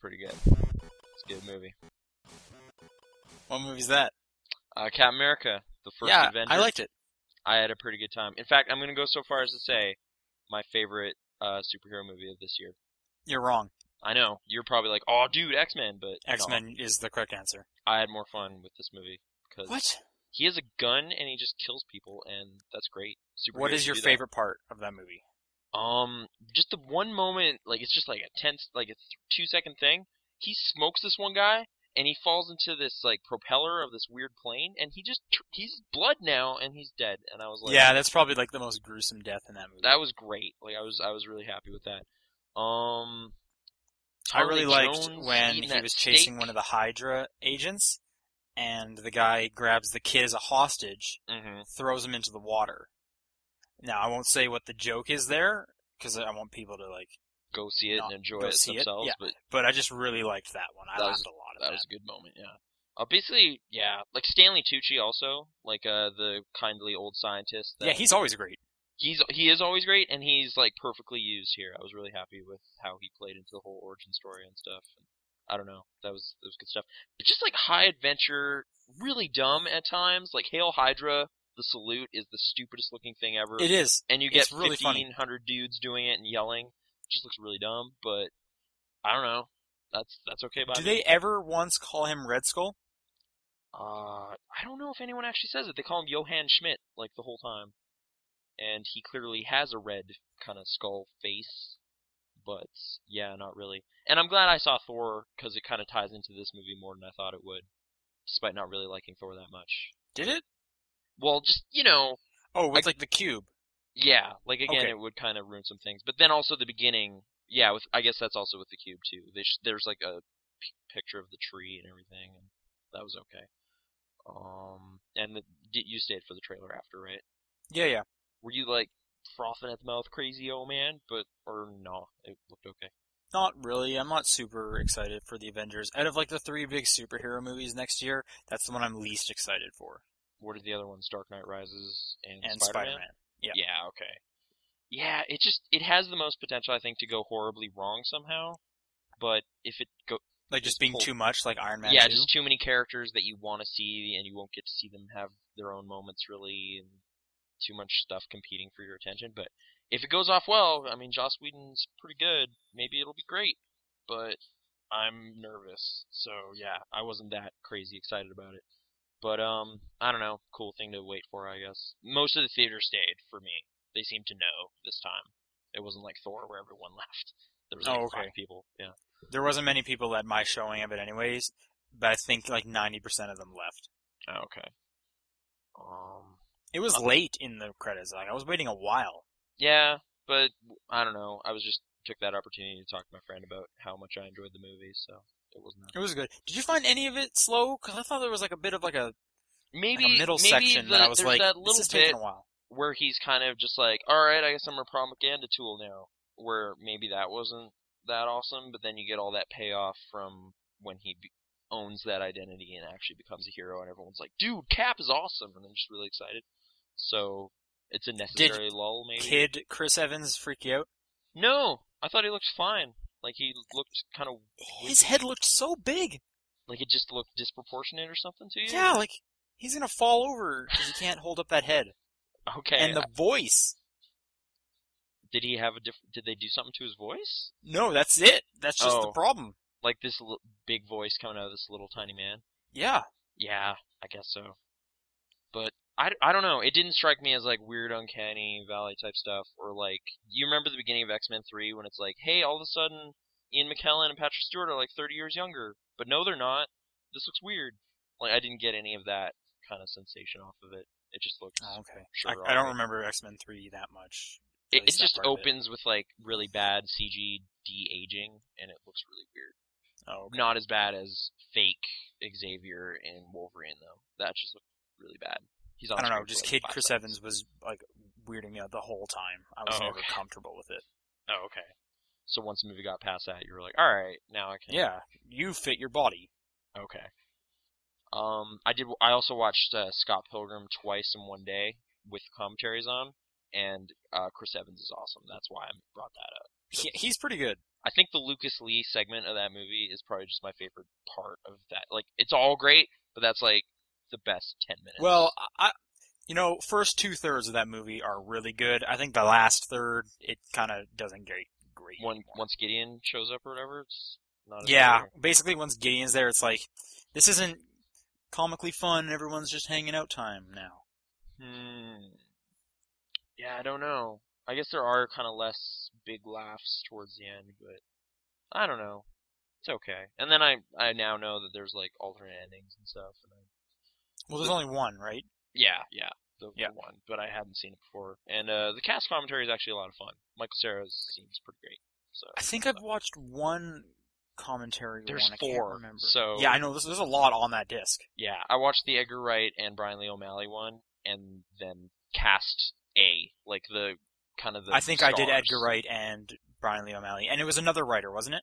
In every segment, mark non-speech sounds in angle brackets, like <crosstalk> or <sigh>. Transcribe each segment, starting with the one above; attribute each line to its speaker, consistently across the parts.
Speaker 1: pretty good. It's a good movie.
Speaker 2: What movie's that?
Speaker 1: Uh, Captain America, the first
Speaker 2: yeah,
Speaker 1: Avenger.
Speaker 2: I liked it.
Speaker 1: I had a pretty good time. In fact, I'm going to go so far as to say my favorite uh, superhero movie of this year.
Speaker 2: You're wrong.
Speaker 1: I know you're probably like, "Oh, dude, X Men," but no.
Speaker 2: X Men is the correct answer.
Speaker 1: I had more fun with this movie because
Speaker 2: What?
Speaker 1: he has a gun and he just kills people, and that's great. Superheroes
Speaker 2: What is
Speaker 1: should
Speaker 2: your
Speaker 1: do that.
Speaker 2: favorite part of that movie?
Speaker 1: Um, just the one moment, like it's just like a tense, like a two second thing. He smokes this one guy, and he falls into this like propeller of this weird plane, and he just tr- he's blood now, and he's dead. And I was like,
Speaker 2: yeah, that's probably like the most gruesome death in that movie.
Speaker 1: that was great. Like I was I was really happy with that. Um,
Speaker 2: I really
Speaker 1: Tommy
Speaker 2: liked
Speaker 1: Jones
Speaker 2: when
Speaker 1: eating
Speaker 2: he
Speaker 1: that
Speaker 2: was chasing
Speaker 1: steak.
Speaker 2: one of the Hydra agents, and the guy grabs the kid as a hostage,
Speaker 1: Mhm.
Speaker 2: throws him into the water. Now I won't say what the joke is there because I want people to like,
Speaker 1: Go see it
Speaker 2: No,
Speaker 1: and enjoy
Speaker 2: go
Speaker 1: it
Speaker 2: see it,
Speaker 1: themselves,
Speaker 2: yeah.
Speaker 1: but
Speaker 2: but I just really liked that one. I
Speaker 1: That was-
Speaker 2: laughed a lot at
Speaker 1: that was a good moment. Yeah. Uh, basically, yeah, like Stanley Tucci also, like uh, the kindly old scientist. That
Speaker 2: yeah, he's always great.
Speaker 1: he's he is always great, and he's like perfectly used here. I was really happy with how he played into the whole origin story and stuff. And I don't know, that was that was good stuff. But just like high adventure, really dumb at times. Like Hail Hydra, the salute is the stupidest looking thing ever
Speaker 2: It is.
Speaker 1: and you get
Speaker 2: It's really funny.
Speaker 1: 1500 dudes doing it and yelling. It just looks really dumb, but I don't know. That's that's okay by
Speaker 2: Do
Speaker 1: me.
Speaker 2: they ever once call him Red Skull?
Speaker 1: Uh, I don't know if anyone actually says it. They call him Johann Schmidt like the whole time, and he clearly has a red kind of skull face, but yeah, not really. And I'm glad I saw Thor because it kind of ties into this movie more than I thought it would, despite not really liking Thor that much.
Speaker 2: Did it?
Speaker 1: Well, just you know,
Speaker 2: Oh, it's like the cube.
Speaker 1: Yeah, like again,
Speaker 2: Okay.
Speaker 1: it would kind of ruin some things. But then also the beginning, yeah. With I guess that's also with the cube too. They sh- there's like a p- picture of the tree and everything, and that was okay. Um, and the, d- you stayed for the trailer after, right?
Speaker 2: Yeah, yeah.
Speaker 1: Were you like frothing at the mouth, crazy old man? But or no, it looked okay.
Speaker 2: Not really. I'm not super excited for the Avengers. Out of like the three big superhero movies next year, that's the one I'm least excited for.
Speaker 1: What are the other ones? Dark Knight Rises and,
Speaker 2: And
Speaker 1: Spider-Man?
Speaker 2: Spider-Man. Yeah.
Speaker 1: Yeah. Okay. Yeah, it just it has the most potential, I think, to go horribly wrong somehow. But if it go
Speaker 2: Like just
Speaker 1: Just
Speaker 2: being
Speaker 1: pull-
Speaker 2: too much, like Iron Man.
Speaker 1: yeah,
Speaker 2: 2.
Speaker 1: just too many characters that you want to see, and you won't get to see them have their own moments really, and too much stuff competing for your attention. But if it goes off well, I mean, Joss Whedon's pretty good. Maybe it'll be great, but I'm nervous. So yeah, I wasn't that crazy excited about it. But um, I don't know. Cool thing to wait for, I guess. Most of the theater stayed for me. They seemed to know this time. It wasn't like Thor where everyone <laughs> left. There was like
Speaker 2: Oh, okay.
Speaker 1: five people. Yeah.
Speaker 2: There wasn't many people at my showing of it, anyways. But I think like 90% of them left.
Speaker 1: Oh, okay. Um.
Speaker 2: It was late in the credits. Like I was waiting a while.
Speaker 1: Yeah, but I don't know. I was just took that opportunity to talk to my friend about how much I enjoyed the movie, so it wasn't. that-
Speaker 2: It was good. Did you find any of it slow? Because I thought there was like a bit of like a, like
Speaker 1: Maybe
Speaker 2: a middle
Speaker 1: maybe
Speaker 2: section
Speaker 1: the,
Speaker 2: that I was
Speaker 1: there's
Speaker 2: like,
Speaker 1: that
Speaker 2: this
Speaker 1: little
Speaker 2: is
Speaker 1: bit
Speaker 2: taking a while.
Speaker 1: where he's kind of just like, all right, I guess I'm a propaganda tool now. Where maybe that wasn't that awesome, but then you get all that payoff from when he be- owns that identity and actually becomes a hero, and everyone's like, dude, Cap is awesome, and I'm just really excited. So it's a necessary lull, maybe.
Speaker 2: Kid Chris Evans freak you out?
Speaker 1: No, I thought he looked fine. Like he looked kind of
Speaker 2: His head looked so big.
Speaker 1: Like it just looked disproportionate or something to you?
Speaker 2: Yeah, like he's gonna fall over because he can't hold up that <laughs> head.
Speaker 1: Okay. uh,
Speaker 2: and the voice.
Speaker 1: did he have a different? Did they do something to his voice?
Speaker 2: No, that's it. That's just the
Speaker 1: Oh.
Speaker 2: problem.
Speaker 1: Like this l- big voice coming out of this little tiny man?
Speaker 2: Yeah.
Speaker 1: Yeah, I guess so. But I, d- I don't know. It didn't strike me as like weird, uncanny valley type stuff, or like you remember the beginning of X Men Three when it's like, hey, all of a sudden Ian McKellen and Patrick Stewart are like 30 years younger, but no, they're not. This looks weird. Like I didn't get any of that kind of sensation off of it. It just looked.
Speaker 2: okay.
Speaker 1: Sure,
Speaker 2: Oh, I, I don't
Speaker 1: alright.
Speaker 2: remember X Men Three that much.
Speaker 1: Oh, It,
Speaker 2: At
Speaker 1: it
Speaker 2: least that
Speaker 1: just
Speaker 2: part of it.
Speaker 1: opens with like really bad CG de aging, and it looks really weird.
Speaker 2: Oh, okay.
Speaker 1: Not as bad as fake Xavier and Wolverine though. That just looked really bad. He's on
Speaker 2: I don't know.
Speaker 1: screen for,
Speaker 2: Just
Speaker 1: like,
Speaker 2: Kid
Speaker 1: five
Speaker 2: Chris
Speaker 1: seconds.
Speaker 2: Evans was like weirding me out the whole time. I was
Speaker 1: Oh,
Speaker 2: never
Speaker 1: okay.
Speaker 2: comfortable with it.
Speaker 1: Oh, okay. So once the movie got past that, you were like, all right, now I can.
Speaker 2: Yeah, you fit your body.
Speaker 1: Okay. Um, I did. I also watched uh, Scott Pilgrim twice in one day with commentaries on, and uh, Chris Evans is awesome. That's why I brought that up.
Speaker 2: He, he's pretty good.
Speaker 1: I think the Lucas Lee segment of that movie is probably just my favorite part of that. Like, it's all great, but that's like the best ten minutes.
Speaker 2: Well, I, you know, first two thirds of that movie are really good. I think the last third, it kind of doesn't get great.
Speaker 1: when once Gideon shows up or whatever, it's not. as
Speaker 2: yeah,
Speaker 1: good.
Speaker 2: basically, once Gideon's there, it's like this isn't comically fun. Everyone's just hanging out time now.
Speaker 1: Hmm. Yeah, I don't know. I guess there are kind of less big laughs towards the end, but I don't know. It's okay. And then I I now know that there's like alternate endings and stuff. And I,
Speaker 2: Well, there's only one, right?
Speaker 1: yeah, yeah, the,
Speaker 2: Yeah.
Speaker 1: the one, but I hadn't seen it before. And uh, the cast commentary is actually a lot of fun. Michael Cera seems pretty great. So
Speaker 2: I think I've watched one commentary.
Speaker 1: there's
Speaker 2: one. I can't
Speaker 1: four.
Speaker 2: remember.
Speaker 1: So
Speaker 2: yeah, I know. There's, there's a lot on that disc.
Speaker 1: Yeah, I watched the Edgar Wright and Brian Lee O'Malley one, and then Cast A, like the kind of the.
Speaker 2: I think I did
Speaker 1: stars.
Speaker 2: Edgar Wright and Brian Lee O'Malley, and it was another writer, wasn't it?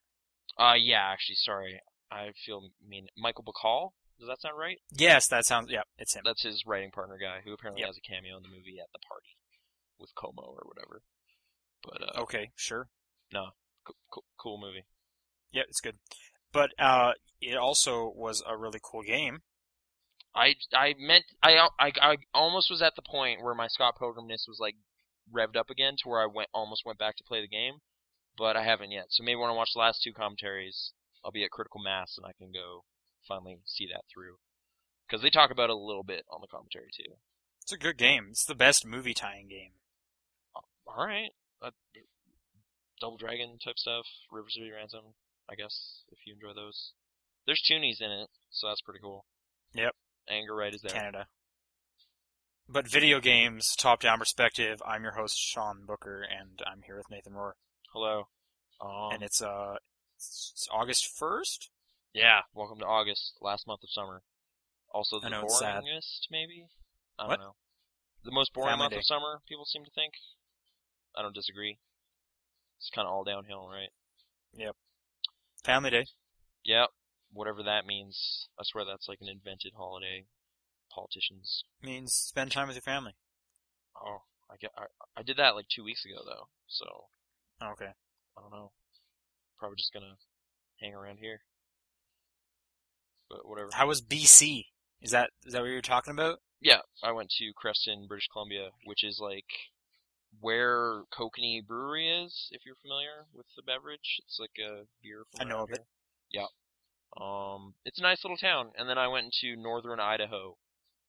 Speaker 1: Uh, yeah, actually, sorry, I feel mean. Michael Bacall, does that sound right?
Speaker 2: Yes, that sounds. Yeah, it's him.
Speaker 1: That's his writing partner guy, who apparently
Speaker 2: Yep.
Speaker 1: has a cameo in the movie at the party with Como or whatever. But uh,
Speaker 2: Okay, sure.
Speaker 1: co- co- cool movie.
Speaker 2: Yeah, it's good. But uh, it also was a really cool game.
Speaker 1: I I meant I, I I almost was at the point where my Scott Pilgrimness was like revved up again to where I went almost went back to play the game, but I haven't yet. So maybe when I watch the last two commentaries, I'll be at critical mass and I can go finally see that through. Because they talk about it a little bit on the commentary too.
Speaker 2: It's a good game. It's the best movie tying game.
Speaker 1: All right, uh, Double Dragon type stuff, River City Ransom, I guess if you enjoy those. There's Toonies in it, so that's pretty cool.
Speaker 2: Yep.
Speaker 1: Anger Right is there.
Speaker 2: Canada. But video games, top down perspective. I'm your host Sean Booker, and I'm here with Nathan Rohr.
Speaker 1: Hello. Um,
Speaker 2: and it's uh, it's August first.
Speaker 1: Yeah, welcome to August, last month of summer. Also the
Speaker 2: I know, it's sad.
Speaker 1: boringest, maybe? I
Speaker 2: What?
Speaker 1: don't know. The most boring
Speaker 2: Family
Speaker 1: month
Speaker 2: Day.
Speaker 1: of summer, people seem to think. I don't disagree. It's kind of all downhill, right?
Speaker 2: Family Day.
Speaker 1: Yep, whatever that means. I swear that's like an invented holiday. Politicians.
Speaker 2: means spend time with your family.
Speaker 1: Oh, I, get, I, I did that like two weeks ago, though, so
Speaker 2: Oh, Okay.
Speaker 1: I don't know. Probably just gonna hang around here. But whatever.
Speaker 2: How was BC? Is that is that what you're talking about?
Speaker 1: Yeah, I went to Creston, British Columbia, which is like where Kokanee Brewery is, if you're familiar with the beverage. It's like a beer from
Speaker 2: I know
Speaker 1: around
Speaker 2: of it.
Speaker 1: here. Yeah. Um it's a nice little town. And then I went into northern Idaho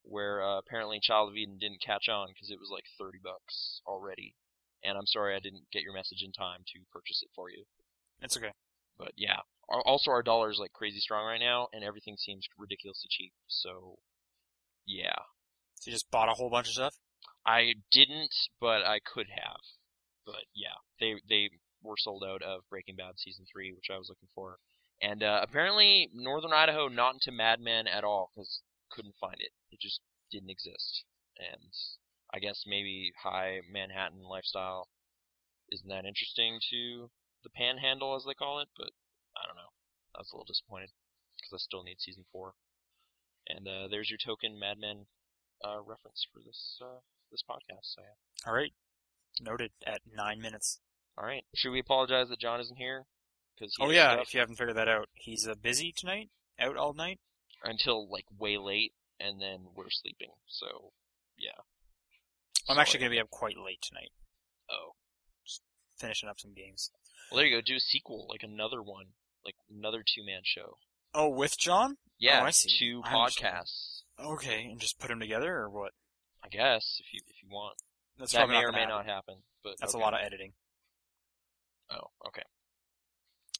Speaker 1: where uh, apparently Child of Eden didn't catch on because it was like 30 bucks already. And I'm sorry I didn't get your message in time to purchase it for you.
Speaker 2: It's okay.
Speaker 1: But yeah, Al- also our dollar is like crazy strong right now and everything seems ridiculously cheap. So yeah.
Speaker 2: So you just bought a whole bunch of stuff.
Speaker 1: I didn't, but I could have. But yeah, they they were sold out of Breaking Bad season three, which I was looking for. And uh, apparently, Northern Idaho not into Mad Men at all because couldn't find it. It just didn't exist. And I guess maybe high Manhattan lifestyle isn't that interesting to the Panhandle as they call it. But I don't know. I was a little disappointed because I still need season four. And uh, there's your token Mad Men uh, reference for this uh, this podcast. So yeah.
Speaker 2: All right. Noted at nine minutes.
Speaker 1: All right. Should we apologize that John isn't here? Because
Speaker 2: Oh yeah, if you haven't figured that out, he's uh, busy tonight, out all night.
Speaker 1: until like way late, and then we're sleeping. So yeah.
Speaker 2: I'm actually going to be up quite late tonight,
Speaker 1: Oh,
Speaker 2: finishing up some games.
Speaker 1: well, there you go. Do a sequel, like another one, like another two man show.
Speaker 2: Oh, with John?
Speaker 1: Yeah,
Speaker 2: I see.
Speaker 1: two
Speaker 2: I understand.
Speaker 1: podcasts.
Speaker 2: Okay, and just put them together or what?
Speaker 1: I guess if you if you want,
Speaker 2: That's
Speaker 1: that
Speaker 2: probably
Speaker 1: may or
Speaker 2: gonna
Speaker 1: may
Speaker 2: happen.
Speaker 1: not happen. But
Speaker 2: That's
Speaker 1: okay.
Speaker 2: a lot of editing.
Speaker 1: Oh, okay.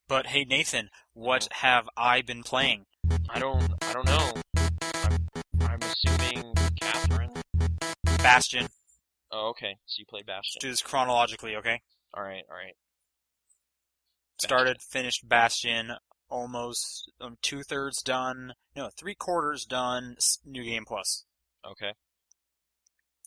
Speaker 2: But hey, Nathan, what
Speaker 1: Oh.
Speaker 2: have I been playing?
Speaker 1: I don't I don't know. I'm, I'm assuming Catherine.
Speaker 2: Bastion.
Speaker 1: Oh, okay. So you played
Speaker 2: Let's
Speaker 1: Bastion.
Speaker 2: do this chronologically, okay?
Speaker 1: All right, all right.
Speaker 2: started, finished Bastion, almost um, two thirds done. No, three quarters done. s- New Game Plus.
Speaker 1: Okay.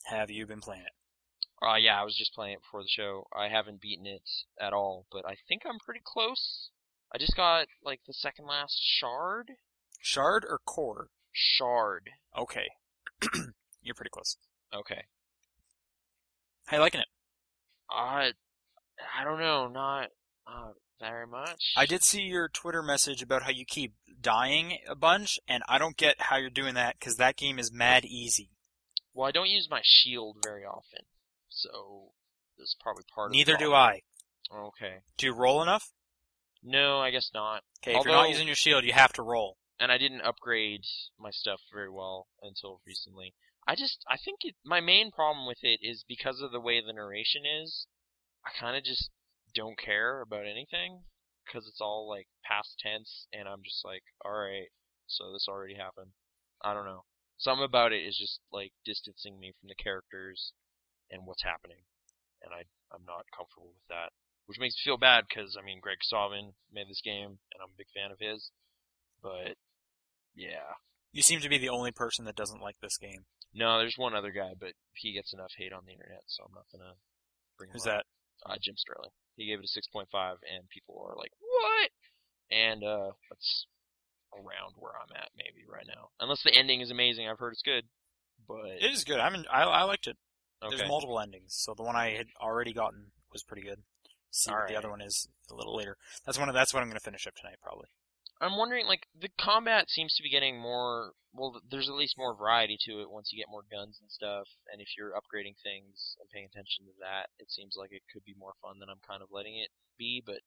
Speaker 2: Have you been playing it?
Speaker 1: Uh, yeah, I was just playing it before the show. I haven't beaten it at all, but I think I'm pretty close. I just got like the second last shard.
Speaker 2: Shard or Core?
Speaker 1: Shard.
Speaker 2: Okay, <clears throat> you're pretty close.
Speaker 1: Okay.
Speaker 2: How you liking it?
Speaker 1: Uh, I don't know. Not. Uh, very much.
Speaker 2: I did see your Twitter message about how you keep dying a bunch, and I don't get how you're doing that because that game is mad easy.
Speaker 1: Well, I don't use my shield very often, so this is probably part of.
Speaker 2: Neither do I.
Speaker 1: do I. Okay.
Speaker 2: Do you roll enough?
Speaker 1: No, I guess not.
Speaker 2: Okay, if you're
Speaker 1: Although-
Speaker 2: not using your shield, you have to roll.
Speaker 1: and I didn't upgrade my stuff very well until recently. I just I think it, my main problem with it is because of the way the narration is. I kind of just don't care about anything because it's all like past tense, and I'm just like, all right, so this already happened. I don't know. Something about it is just like distancing me from the characters and what's happening, and I I'm not comfortable with that, which makes me feel bad because I mean Greg Sauvin made this game, and I'm a big fan of his, but yeah.
Speaker 2: You seem to be the only person that doesn't like this game.
Speaker 1: No, there's one other guy, but he gets enough hate on the internet, so I'm not gonna bring him
Speaker 2: Who's
Speaker 1: up.
Speaker 2: that?
Speaker 1: Uh, Jim Sterling. He gave it a 6.5, and people are like, "What?" And uh, that's around where I'm at maybe right now. Unless the ending is amazing, I've heard it's good. But
Speaker 2: It is good. I mean, I, I liked it.
Speaker 1: okay,
Speaker 2: There's multiple endings, so the one I had already gotten was pretty good. See what
Speaker 1: Alright.
Speaker 2: the other one is a little later. That's one. Of, that's what I'm going to finish up tonight, probably.
Speaker 1: I'm wondering like the combat seems to be getting more. Well, there's at least more variety to it once you get more guns and stuff, and if you're upgrading things and paying attention to that, it seems like it could be more fun than I'm kind of letting it be. But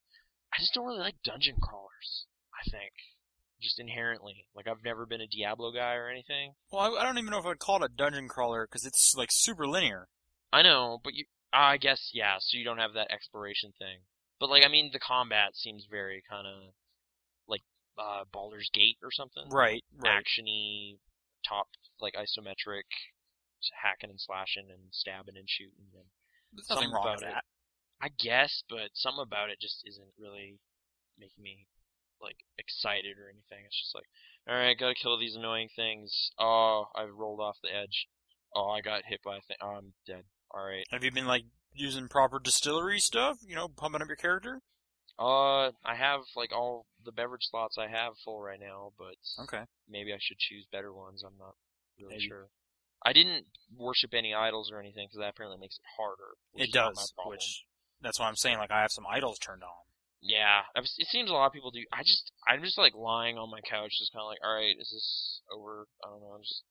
Speaker 1: I just don't really like dungeon crawlers. I think just inherently, like I've never been a Diablo guy or anything.
Speaker 2: Well, I, I don't even know if I'd call it a dungeon crawler because it's like super linear.
Speaker 1: I know, but you, I guess yeah. So you don't have that exploration thing. But like, I mean, the combat seems very kind of like uh, Baldur's Gate or something.
Speaker 2: Right. Right.
Speaker 1: actiony, top like isometric, s- hacking and slashing and stabbing and shooting. And
Speaker 2: There's nothing
Speaker 1: something
Speaker 2: wrong
Speaker 1: about
Speaker 2: with
Speaker 1: it.
Speaker 2: that.
Speaker 1: I guess, but something about it just isn't really making me like excited or anything. It's just like, all right, gotta kill these annoying things. Oh, I rolled off the edge. Oh, I got hit by a thing. Oh, I'm dead. All right.
Speaker 2: Have you been like using proper distillery stuff? You know, pumping up your character.
Speaker 1: Uh, I have like all the beverage slots I have full right now, but
Speaker 2: Okay.
Speaker 1: maybe I should choose better ones. I'm not really
Speaker 2: Maybe.
Speaker 1: sure. I didn't worship any idols or anything because that apparently makes it harder. which
Speaker 2: It
Speaker 1: is not my
Speaker 2: does.
Speaker 1: problem.
Speaker 2: Which that's why I'm saying like I have some idols turned on.
Speaker 1: yeah, I've s- it seems a lot of people do. I just I'm just like lying on my couch, just kind of like, all right, is this over? I don't know. I'm just.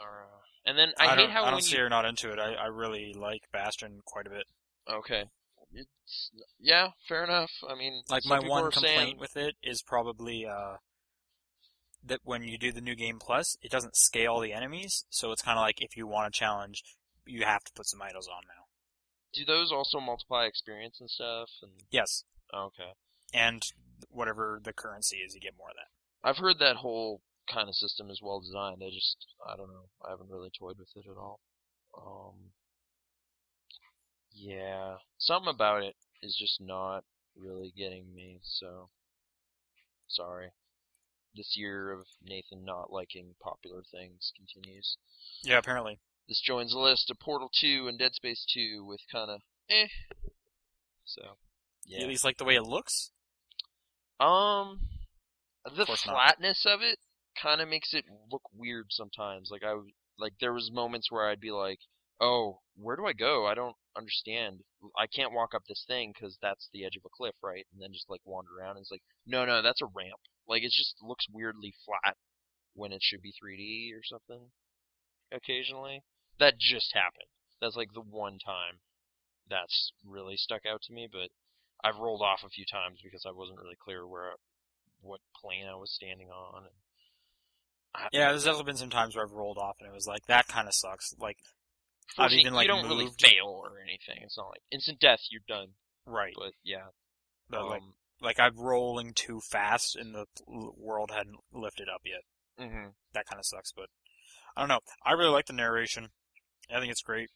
Speaker 1: Uh, and then I, hate
Speaker 2: don't,
Speaker 1: how
Speaker 2: I
Speaker 1: when
Speaker 2: don't see
Speaker 1: you,
Speaker 2: you're not into it. I, I really like Bastion quite a bit.
Speaker 1: okay. It's, yeah, fair enough. I mean,
Speaker 2: Like
Speaker 1: some
Speaker 2: my
Speaker 1: people
Speaker 2: one
Speaker 1: are
Speaker 2: complaint
Speaker 1: saying,
Speaker 2: with it is probably uh, that when you do the new game plus, it doesn't scale the enemies. So it's kind of like if you want a challenge, you have to put some idols on now.
Speaker 1: do those also multiply experience and stuff? And
Speaker 2: Yes,
Speaker 1: okay,
Speaker 2: and whatever the currency is, you get more of that.
Speaker 1: I've heard that whole kind of system is well designed. I just I don't know. I haven't really toyed with it at all. Um, yeah, something about it is just not really getting me. So sorry. This year of Nathan not liking popular things continues.
Speaker 2: Yeah, apparently.
Speaker 1: This joins the list of Portal 2 and Dead Space 2 with kind of eh. So
Speaker 2: You At
Speaker 1: yeah.
Speaker 2: least like the way it looks.
Speaker 1: Um, the
Speaker 2: course not.
Speaker 1: flatness of it kind of makes it look weird sometimes. Like I w- like there was moments where I'd be like, "Oh, where do I go? I don't understand. I can't walk up this thing because that's the edge of a cliff, right?" And then just like wander around. And it's like, no, no, that's a ramp. Like it just looks weirdly flat when it should be 3D or something. Occasionally, that just happened. That's like the one time that's really stuck out to me. But I've rolled off a few times because I wasn't really clear where what plane I was standing on. I-
Speaker 2: Yeah, there's definitely been some times where I've rolled off and it was like that kind of sucks. Like I've
Speaker 1: Fortunately,
Speaker 2: even, like,
Speaker 1: you don't really
Speaker 2: moved.
Speaker 1: fail or anything. It's not like instant death. You're done.
Speaker 2: right,
Speaker 1: But yeah,
Speaker 2: but like
Speaker 1: um,
Speaker 2: like I'm rolling too fast and the l- world hadn't lifted up yet.
Speaker 1: mhm.
Speaker 2: That kind of sucks, but I don't know. I really like the narration. I think it's great.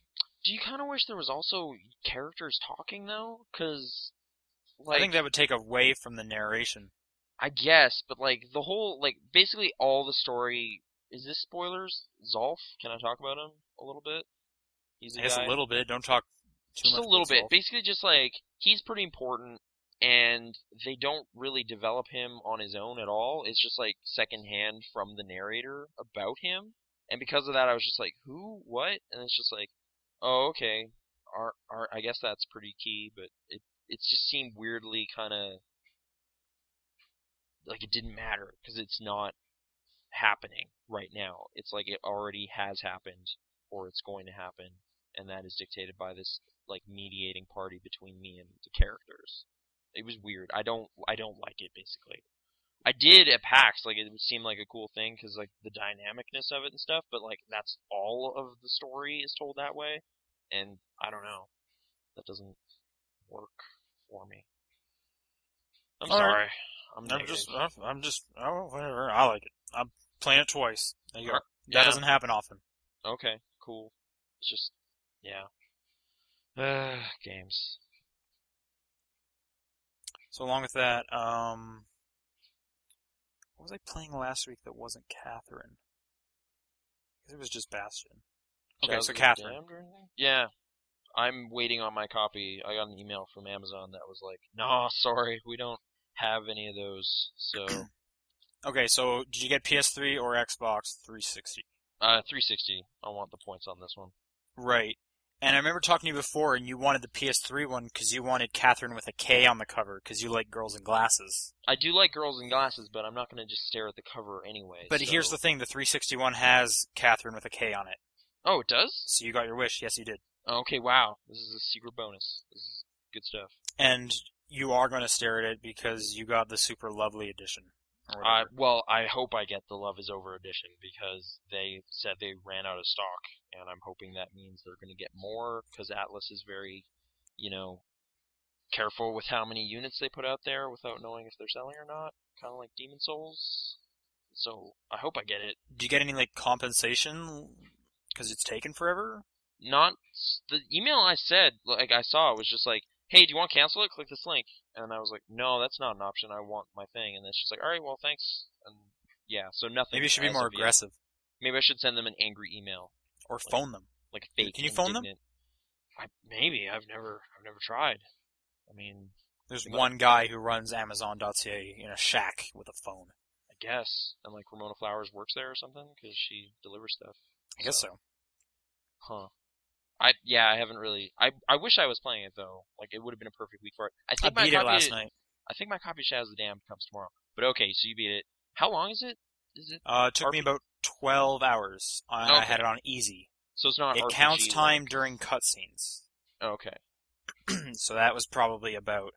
Speaker 1: do you kind of wish there was also characters talking though? Because like
Speaker 2: I think that would take away from the narration.
Speaker 1: I guess, but like the whole like basically all the story is this spoilers? Zolf? Can I talk about him a little bit? He's
Speaker 2: I guess
Speaker 1: guy-
Speaker 2: a little bit. Don't talk too
Speaker 1: just
Speaker 2: much.
Speaker 1: a little
Speaker 2: about
Speaker 1: bit.
Speaker 2: Zolf.
Speaker 1: Basically, just like he's pretty important, and they don't really develop him on his own at all. It's just like secondhand from the narrator about him, and because of that, I was just like, who, what, and it's just like, oh, okay, are, are, I guess that's pretty key, but it it just seemed weirdly kind of like it didn't matter because it's not happening right now. It's like it already has happened or it's going to happen, and that is dictated by this like mediating party between me and the characters. It was weird. I don't I don't like it basically. I did at PAX like it would seem like a cool thing because like the dynamicness of it and stuff, but like that's all of the story is told that way, and I don't know. That doesn't work for me. I'm
Speaker 2: All right.
Speaker 1: sorry. I'm,
Speaker 2: I'm
Speaker 1: negative.
Speaker 2: just, uh, I'm- I'm just, oh, whatever. I like it. I'm playing it twice. There you go.
Speaker 1: Alright.
Speaker 2: That
Speaker 1: Yeah.
Speaker 2: doesn't happen often.
Speaker 1: Okay, cool. It's just, yeah. <sighs> Uh, games.
Speaker 2: So along with that, um, what was I playing last week that wasn't Catherine? I guess it was just Bastion. Okay,
Speaker 1: Shadows
Speaker 2: so
Speaker 1: of the
Speaker 2: Catherine.
Speaker 1: Damned or anything? Yeah. I'm waiting on my copy. I got an email from Amazon that was like, "No, sorry, we don't have any of those."
Speaker 2: <clears throat>
Speaker 1: So,
Speaker 2: Okay, so did you get PS3 or Xbox 360?
Speaker 1: uh, 360. I want the points on this one.
Speaker 2: Right. And I remember talking to you before, and you wanted the PS3 one because you wanted Catherine with a K on the cover because you like girls in glasses.
Speaker 1: I do like girls in glasses, but I'm not gonna just stare at the cover anyway.
Speaker 2: But
Speaker 1: so-
Speaker 2: here's the thing: the 361 has Catherine with a K on it,
Speaker 1: Oh, it does.
Speaker 2: so you got your wish. Yes, you did.
Speaker 1: Okay, wow. This is a secret bonus. This is good stuff.
Speaker 2: And you are going to stare at it because you got the super lovely edition. or
Speaker 1: I,
Speaker 2: whatever.
Speaker 1: Uh, well, I hope I get the Love Is Over edition because they said they ran out of stock, and I'm hoping that means they're going to get more because Atlas is very, you know, careful with how many units they put out there without knowing if they're selling or not. Kind of like Demon Souls. So I hope I get it.
Speaker 2: Do you get any like compensation because it's taken forever?
Speaker 1: Not the email I said like I saw was just like, "Hey, do you want to cancel it? Click this link." And I was like, "No, that's not an option. I want my thing." And then she's like, "All right, well, thanks." And yeah, so nothing.
Speaker 2: Maybe you should be
Speaker 1: as
Speaker 2: more
Speaker 1: of yet.
Speaker 2: aggressive
Speaker 1: Maybe I should send them an angry email,
Speaker 2: or phone them.
Speaker 1: like a fake.
Speaker 2: Can you phone them?
Speaker 1: indignant- I, maybe I've never, I've never tried. I mean,
Speaker 2: There's
Speaker 1: Well-
Speaker 2: one guy who runs Amazon.ca in a shack with a phone.
Speaker 1: I guess, and like Ramona Flowers works there or something because she delivers stuff.
Speaker 2: I guess so.
Speaker 1: Huh. I yeah, I haven't really. I I wish I was playing it though. Like it would have been a perfect week for it. I
Speaker 2: I
Speaker 1: think
Speaker 2: beat
Speaker 1: my
Speaker 2: it
Speaker 1: copy.
Speaker 2: last night.
Speaker 1: I think my copy of Shadows of the Damned comes tomorrow. But okay, so you beat it. How long is it? Is it?
Speaker 2: Uh, it took me
Speaker 1: RP
Speaker 2: about 12 hours. and I
Speaker 1: Okay.
Speaker 2: had it on easy.
Speaker 1: So it's not.
Speaker 2: It
Speaker 1: RPG,
Speaker 2: counts
Speaker 1: like- oh,
Speaker 2: time during cutscenes. <clears throat>
Speaker 1: Okay.
Speaker 2: so that was probably about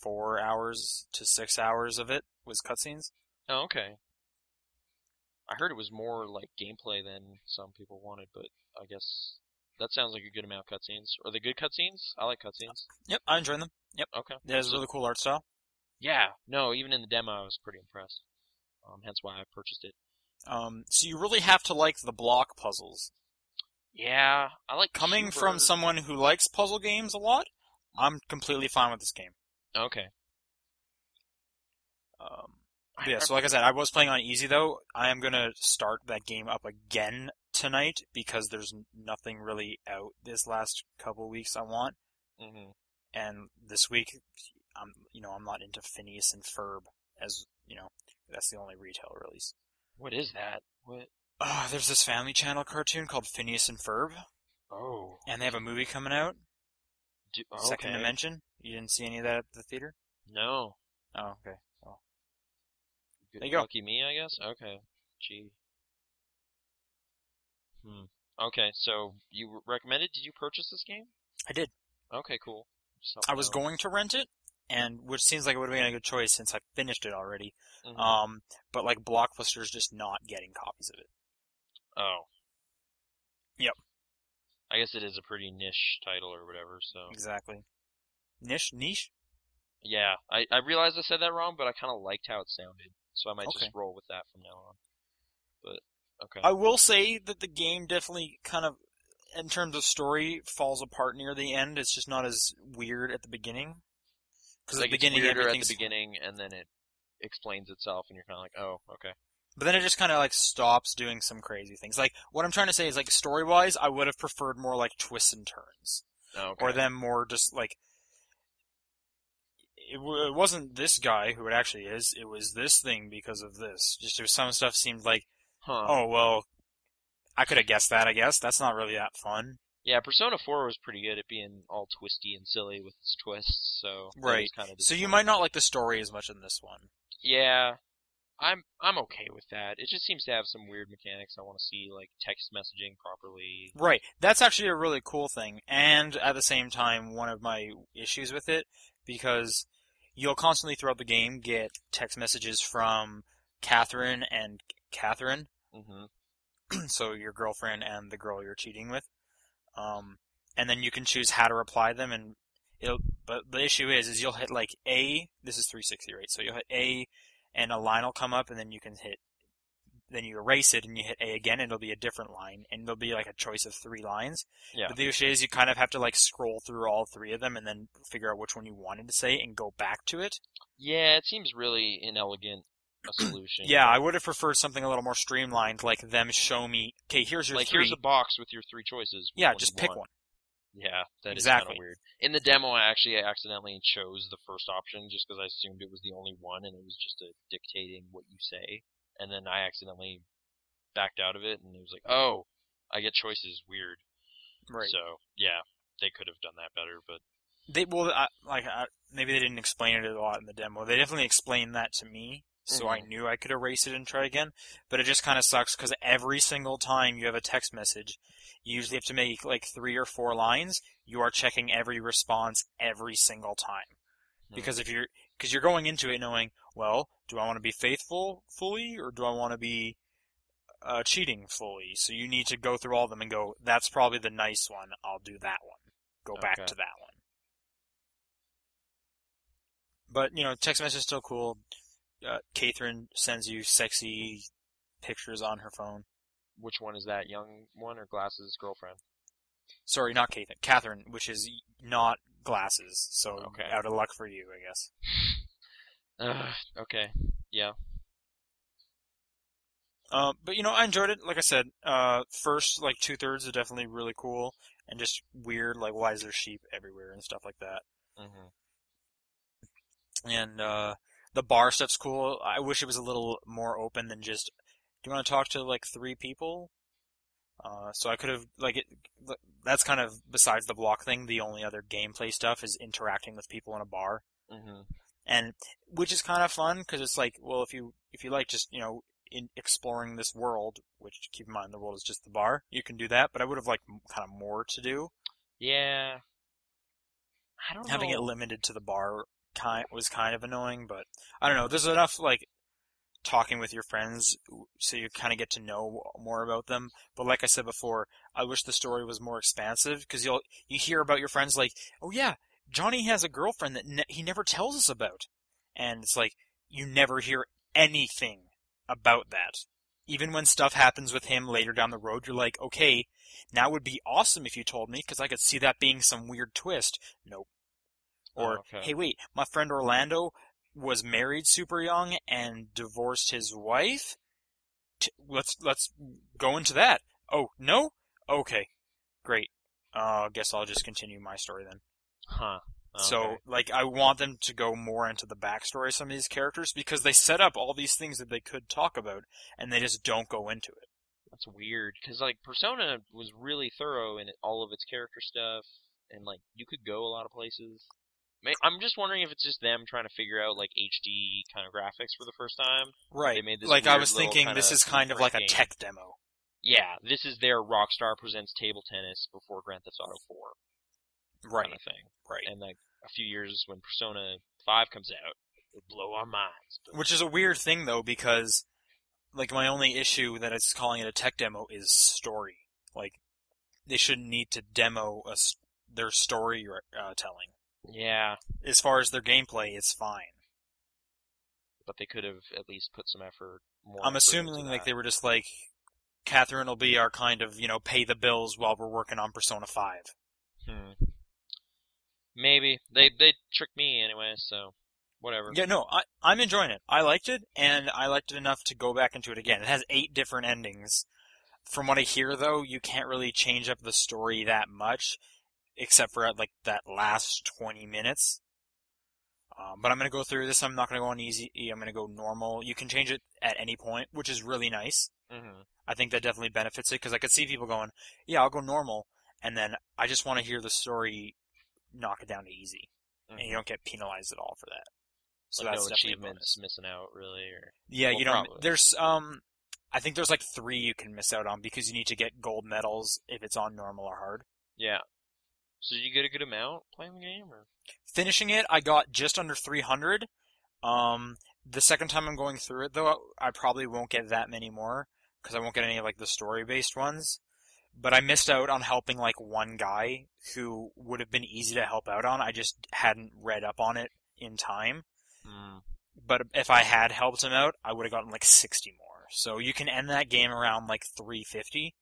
Speaker 2: four hours to six hours of it was cutscenes.
Speaker 1: Oh, okay. I heard it was more like gameplay than some people wanted, but I guess that sounds like a good amount of cutscenes. Are they good cutscenes? I like cutscenes.
Speaker 2: Yep, I enjoyed them.
Speaker 1: Okay.
Speaker 2: It has a
Speaker 1: So-
Speaker 2: really cool art style.
Speaker 1: Yeah. No, even in the demo, I was pretty impressed. Um, hence why I purchased it.
Speaker 2: Um, so you really have to like the block puzzles.
Speaker 1: Yeah, I like
Speaker 2: Coming
Speaker 1: Cooper-
Speaker 2: from someone who likes puzzle games a lot, I'm completely fine with this game.
Speaker 1: Okay.
Speaker 2: Um,
Speaker 1: I-
Speaker 2: yeah, so like I said, I was playing on easy though. I am gonna start that game up again tonight because there's n- nothing really out this last couple weeks I want,
Speaker 1: Mhm.
Speaker 2: and this week, I'm you know I'm not into Phineas and Ferb as you know that's the only retail release.
Speaker 1: What is that? What?
Speaker 2: Oh, there's this Family Channel cartoon called Phineas and Ferb,
Speaker 1: Oh.
Speaker 2: and they have a movie coming out,
Speaker 1: Do,
Speaker 2: Second
Speaker 1: okay.
Speaker 2: Dimension. You didn't see any of that at the theater?
Speaker 1: No.
Speaker 2: Oh, okay.
Speaker 1: Good,
Speaker 2: There you go.
Speaker 1: Lucky me, I guess. Okay. Gee. Hmm. Okay, so you re- recommended? Did you purchase this game?
Speaker 2: I did.
Speaker 1: Okay, cool. Just help
Speaker 2: I
Speaker 1: me
Speaker 2: was
Speaker 1: out.
Speaker 2: going to rent it, and which seems like it would have been a good choice since I finished it already.
Speaker 1: Mhm.
Speaker 2: Um, but like Blockbuster's just not getting copies of it.
Speaker 1: oh.
Speaker 2: yep.
Speaker 1: I guess it is a pretty niche title or whatever, so.
Speaker 2: Exactly. Niche, niche.
Speaker 1: Yeah, I, I realized I said that wrong, but I kind of liked how it sounded, so I might
Speaker 2: Okay.
Speaker 1: just roll with that from now on. But, okay.
Speaker 2: I will say that the game definitely kind of, in terms of story, falls apart near the end. It's just not as weird at the beginning. Because
Speaker 1: like
Speaker 2: at the beginning,
Speaker 1: it's weirder at
Speaker 2: everything's.
Speaker 1: the beginning, and then it explains itself, and you're kind of like, oh, okay.
Speaker 2: But then it just kind of like stops doing some crazy things. Like what I'm trying to say is like story wise, I would have preferred more like twists and turns.
Speaker 1: Oh, okay.
Speaker 2: or them more just like it, w- it wasn't this guy who it actually is it was this thing because of this just it was some stuff seemed like
Speaker 1: Huh.
Speaker 2: oh well i could have guessed that i guess that's not really that fun
Speaker 1: Yeah, Persona 4 was pretty good at being all twisty and silly with its twists, so that
Speaker 2: Right.
Speaker 1: was kinda
Speaker 2: So you
Speaker 1: disappointing.
Speaker 2: might not like the story as much in this one.
Speaker 1: Yeah, I'm I'm okay with that. It just seems to have some weird mechanics. I want to see like text messaging properly.
Speaker 2: Right. That's actually a really cool thing, and at the same time, one of my issues with it because you'll constantly throughout the game get text messages from Catherine and Catherine, Mm-hmm.
Speaker 1: hmm
Speaker 2: so your girlfriend and the girl you're cheating with, um, and then you can choose how to reply them. And it'll, but the issue is, is you'll hit like A. This is 360, right? So you'll hit A, and a line will come up, and then you can hit. Then you erase it and you hit A again, and it'll be a different line, and there'll be like a choice of three lines.
Speaker 1: Yeah.
Speaker 2: But the issue is, you kind of have to like scroll through all three of them and then figure out which one you wanted to say and go back to it.
Speaker 1: Yeah, it seems really inelegant
Speaker 2: <clears throat>
Speaker 1: a solution.
Speaker 2: Yeah, I would have preferred something a little more streamlined, like them show me, okay, here's your
Speaker 1: like
Speaker 2: three.
Speaker 1: here's a box with your three choices. Which
Speaker 2: yeah,
Speaker 1: one
Speaker 2: just
Speaker 1: you
Speaker 2: pick
Speaker 1: want?
Speaker 2: one.
Speaker 1: Yeah, that is
Speaker 2: Exactly.
Speaker 1: kind of weird. In the demo, I actually accidentally chose the first option just because I assumed it was the only one, and it was just a dictating what you say. And then I accidentally backed out of it, and it was like, oh, I get choices. Weird.
Speaker 2: Right.
Speaker 1: So yeah, they could have done that better, but
Speaker 2: They well, I, like I, maybe they didn't explain it a lot in the demo. They definitely explained that to me, so I
Speaker 1: Mhm.
Speaker 2: knew I could erase it and try again. But it just kind of sucks because every single time you have a text message, you usually have to make like three or four lines. You are checking every response every single time
Speaker 1: Mhm.
Speaker 2: because if you're because you're going into it knowing, well, do I want to be faithful fully or do I want to be uh, cheating fully? So you need to go through all of them and go. That's probably the nice one. I'll do that one. Go back
Speaker 1: Okay.
Speaker 2: to that one. But you know, text message is still cool. Uh, Catherine sends you sexy pictures on her phone.
Speaker 1: which one is that young one or glasses girlfriend?
Speaker 2: Sorry, not Catherine. Catherine, which is not glasses. So
Speaker 1: Okay.
Speaker 2: out of luck for you, I guess.
Speaker 1: Ugh, okay, yeah,
Speaker 2: Uh, but you know, I enjoyed it. Like I said, uh, first like two thirds are definitely really cool and just weird. Like, why is there sheep everywhere and stuff like that?
Speaker 1: hmm
Speaker 2: And uh, the bar stuff's cool. I wish it was a little more open than just. Do you want to talk to like three people? Uh, so I could have like it. That's kind of besides the block thing. The only other gameplay stuff is interacting with people in a bar.
Speaker 1: hmm
Speaker 2: and which is kind of fun because it's like, well, if you if you like just you know in exploring this world, which keep in mind the world is just the bar, you can do that. But I would have liked m- kind of more to do.
Speaker 1: yeah. I don't
Speaker 2: Having it
Speaker 1: know.
Speaker 2: limited to the bar kind was kind of annoying, but I don't know. There's enough like talking with your friends w- so you kind of get to know more about them but like i said before i wish the story was more expansive because you'll you hear about your friends like oh yeah johnny has a girlfriend that ne- he never tells us about and it's like you never hear anything about that even when stuff happens with him later down the road you're like okay now would be awesome if you told me because i could see that being some weird twist nope or
Speaker 1: Oh, okay.
Speaker 2: hey wait my friend orlando was married super young and divorced his wife T- let's let's go into that oh no okay great uh guess i'll just continue my story then
Speaker 1: Huh.
Speaker 2: so,
Speaker 1: Okay.
Speaker 2: like, I want them to go more into the backstory of some of these characters because they set up all these things that they could talk about, and they just don't go into it.
Speaker 1: that's weird because like Persona was really thorough in it- all of its character stuff, and like you could go a lot of places. May- I'm just wondering if it's just them trying to figure out like HD kind of graphics for the first time.
Speaker 2: Right.
Speaker 1: They made this
Speaker 2: like, I
Speaker 1: weird
Speaker 2: was
Speaker 1: little
Speaker 2: thinking
Speaker 1: kinda
Speaker 2: this is kind of like a
Speaker 1: game.
Speaker 2: tech demo.
Speaker 1: Yeah, this is their Rockstar presents table tennis before Grand Theft Auto 4
Speaker 2: Right.
Speaker 1: kind of thing.
Speaker 2: Right.
Speaker 1: and like a few years when Persona Five comes out, it'll blow our minds. But
Speaker 2: Which is a weird thing, though, because, like, my only issue that it's calling it a tech demo is story. Like, they shouldn't need to demo a s their story uh, telling.
Speaker 1: yeah,
Speaker 2: As far as their gameplay, it's fine.
Speaker 1: but they could have at least put some effort. More
Speaker 2: I'm
Speaker 1: effort
Speaker 2: assuming
Speaker 1: into
Speaker 2: like
Speaker 1: that.
Speaker 2: they were just like, Catherine will be our kind of you know pay the bills while we're working on Persona Five.
Speaker 1: Hmm. Maybe they they tricked me anyway, so whatever.
Speaker 2: Yeah, no, I, I'm enjoying it. I liked it, and I liked it enough to go back into it again. It has eight different endings. From what I hear, though, you can't really change up the story that much, except for at, like that last 20 minutes. Um, but I'm gonna go through this. I'm not gonna go on easy. I'm gonna go normal. You can change it at any point, which is really nice.
Speaker 1: hmm
Speaker 2: I think that definitely benefits it because I could see people going, "Yeah, I'll go normal," and then I just want to hear the story knock it down to easy, and you
Speaker 1: Mhm.
Speaker 2: don't get penalized at all for that. So
Speaker 1: like
Speaker 2: that's
Speaker 1: no
Speaker 2: definitely a bonus.
Speaker 1: achievements missing out really, or
Speaker 2: Yeah,
Speaker 1: Well,
Speaker 2: you don't.
Speaker 1: probably.
Speaker 2: There's um, I think there's like three you can miss out on because you need to get gold medals if it's on normal or hard.
Speaker 1: yeah. So did you get a good amount playing the game, or
Speaker 2: Finishing it, I got just under 300. Um, the second time I'm going through it though, I probably won't get that many more because I won't get any of like the story based ones. But I missed out on helping like one guy who would have been easy to help out on. I just hadn't read up on it in time. Hmm. but if I had helped him out, I would have gotten like 60 more. So you can end that game around like 350.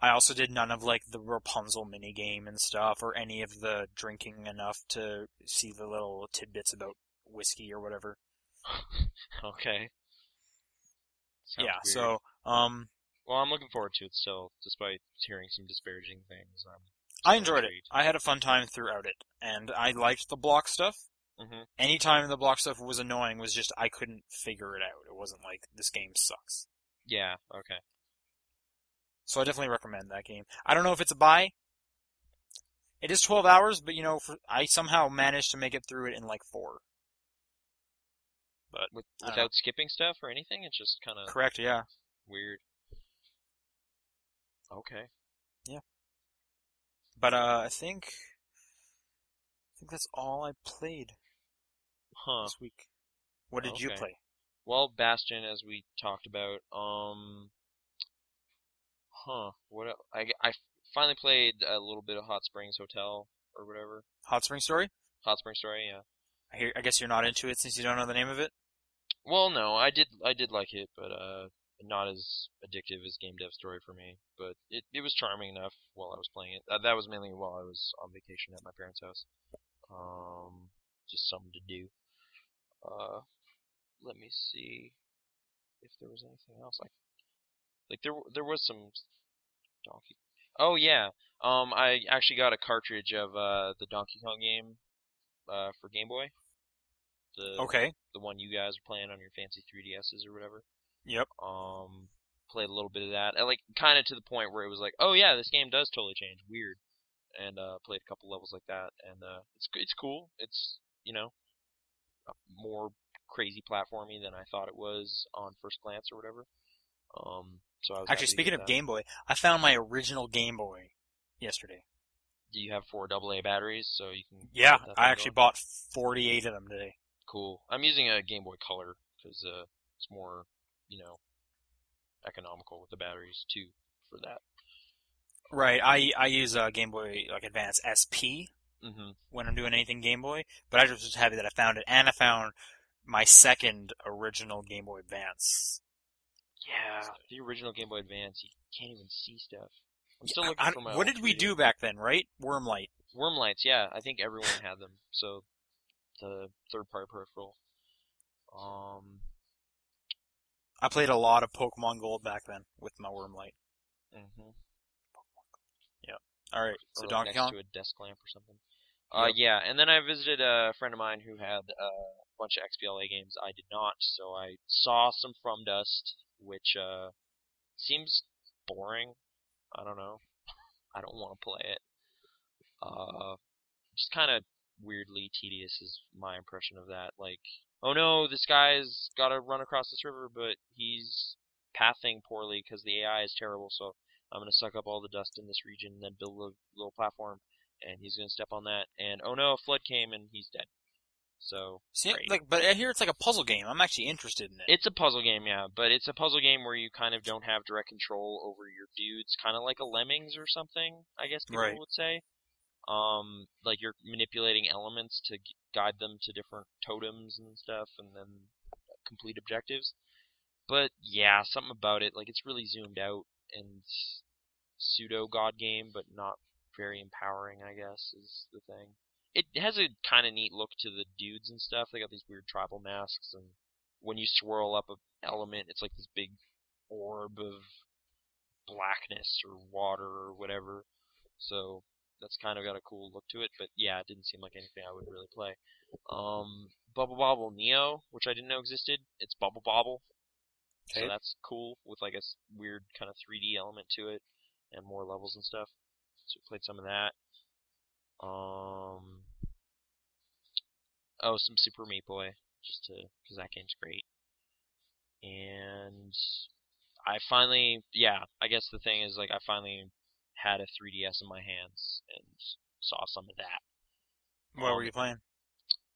Speaker 2: I also did none of like the Rapunzel minigame and stuff, or any of the drinking enough to see the little tidbits about whiskey or whatever.
Speaker 1: <laughs> okay? Sounds
Speaker 2: yeah,
Speaker 1: weird.
Speaker 2: so um,
Speaker 1: well, I'm looking forward to it still, despite hearing some disparaging things. Um,
Speaker 2: I enjoyed it. I had a fun time throughout it, and I liked the block stuff.
Speaker 1: hmm
Speaker 2: Any time the block stuff was annoying was just I couldn't figure it out. It wasn't like this game sucks.
Speaker 1: Yeah. Okay.
Speaker 2: So I definitely recommend that game. I don't know if it's a buy. It is 12 hours, but you know, for, I somehow managed to make it through it in like four.
Speaker 1: With,
Speaker 2: I don't know.
Speaker 1: without skipping stuff or anything, it's just kind of
Speaker 2: Correct, yeah.
Speaker 1: weird. Okay.
Speaker 2: But uh, I think I think that's all I played
Speaker 1: Huh.
Speaker 2: this week. What did you
Speaker 1: Okay.
Speaker 2: play?
Speaker 1: Well, Bastion, as we talked about, um, huh? What el- I I finally played a little bit of Hot Springs Hotel or whatever
Speaker 2: Hot Spring Story?
Speaker 1: Hot Springs Story. Yeah.
Speaker 2: I hear. I guess you're not into it since you don't know the name of it.
Speaker 1: Well, no, I did I did like it, but uh, not as addictive as Game Dev Story for me. But it it was charming enough while I was playing it. Uh, that was mainly while I was on vacation at my parents' house. Um, just something to do. Uh, let me see if there was anything else. Like, like there w- there was some Donkey. Oh yeah. Um, I actually got a cartridge of uh the Donkey Kong game, uh for Game Boy. The
Speaker 2: Okay.
Speaker 1: the one you guys are playing on your fancy 3DSs or whatever.
Speaker 2: Yep.
Speaker 1: Um, played a little bit of that, and like kind of to the point where it was like, oh yeah, this game does totally change. Weird. And uh, played a couple levels like that, and uh, it's it's cool. It's you know a more crazy platformy than I thought it was on first glance or whatever. Um, so I was happy
Speaker 2: Actually,
Speaker 1: to
Speaker 2: speaking
Speaker 1: get
Speaker 2: of
Speaker 1: that.
Speaker 2: Game Boy, I found my original Game Boy yesterday.
Speaker 1: you have four AA batteries, so you can.
Speaker 2: Yeah,
Speaker 1: get that
Speaker 2: I
Speaker 1: thing
Speaker 2: actually
Speaker 1: going.
Speaker 2: bought 48 of them today.
Speaker 1: cool. I'm using a Game Boy Color because uh, it's more, you know, economical with the batteries too for that.
Speaker 2: Right. I I use uh, Game Boy like Advance SP
Speaker 1: hmm
Speaker 2: when I'm doing anything Game Boy, but I was just happy that I found it, and I found my second original Game Boy Advance.
Speaker 1: Yeah, the original Game Boy Advance, you can't even see stuff. I'm still
Speaker 2: I-
Speaker 1: looking
Speaker 2: I-
Speaker 1: for my.
Speaker 2: what
Speaker 1: old
Speaker 2: did we
Speaker 1: 3D.
Speaker 2: do back then? Right, Wormlight.
Speaker 1: Worm lights, yeah. I think everyone had them. So the third party peripheral. Um.
Speaker 2: I played a lot of Pokemon Gold back then with my Wormlight.
Speaker 1: mhm.
Speaker 2: All right, so
Speaker 1: or like
Speaker 2: Donkey
Speaker 1: next
Speaker 2: Kong.
Speaker 1: to a desk lamp or something. Uh,
Speaker 2: Yep.
Speaker 1: yeah, and then I visited a friend of mine who had uh, a bunch of XBLA games. I did not, so I saw some From Dust, which uh, seems boring. I don't know. <laughs> I don't want to play it. Uh, just kind of weirdly tedious is my impression of that. Like, oh no, this guy's got to run across this river, but he's pathing poorly because the AI is terrible. So I'm gonna suck up all the dust in this region and then build a little platform, and he's gonna step on that. And oh no, a flood came and he's dead. So
Speaker 2: See,
Speaker 1: great.
Speaker 2: like, but I hear it's like a puzzle game. I'm actually interested in it.
Speaker 1: it's a puzzle game, yeah, but it's a puzzle game where you kind of don't have direct control over your dudes, kind of like a Lemmings or something, I guess people
Speaker 2: Right.
Speaker 1: would say. Um, like you're manipulating elements to g- guide them to different totems and stuff, and then complete objectives. But yeah, something about it, like it's really zoomed out and pseudo god game, but not very empowering, I guess, is the thing. It has a kind of neat look to the dudes and stuff. They got these weird tribal masks, and when you swirl up a element, it's like this big orb of blackness or water or whatever. So that's kind of got a cool look to it. But yeah, it didn't seem like anything I would really play. Um, Bubble Bobble Neo, which I didn't know existed. It's Bubble Bobble, so
Speaker 2: Okay.
Speaker 1: that's cool with like a s- weird kind of 3D element to it and more levels and stuff. So we played some of that. Um, oh, some Super Meat Boy, just to because that game's great. And I finally, yeah, I guess the thing is like I finally had a 3DS in my hands and saw some of that.
Speaker 2: What were you playing?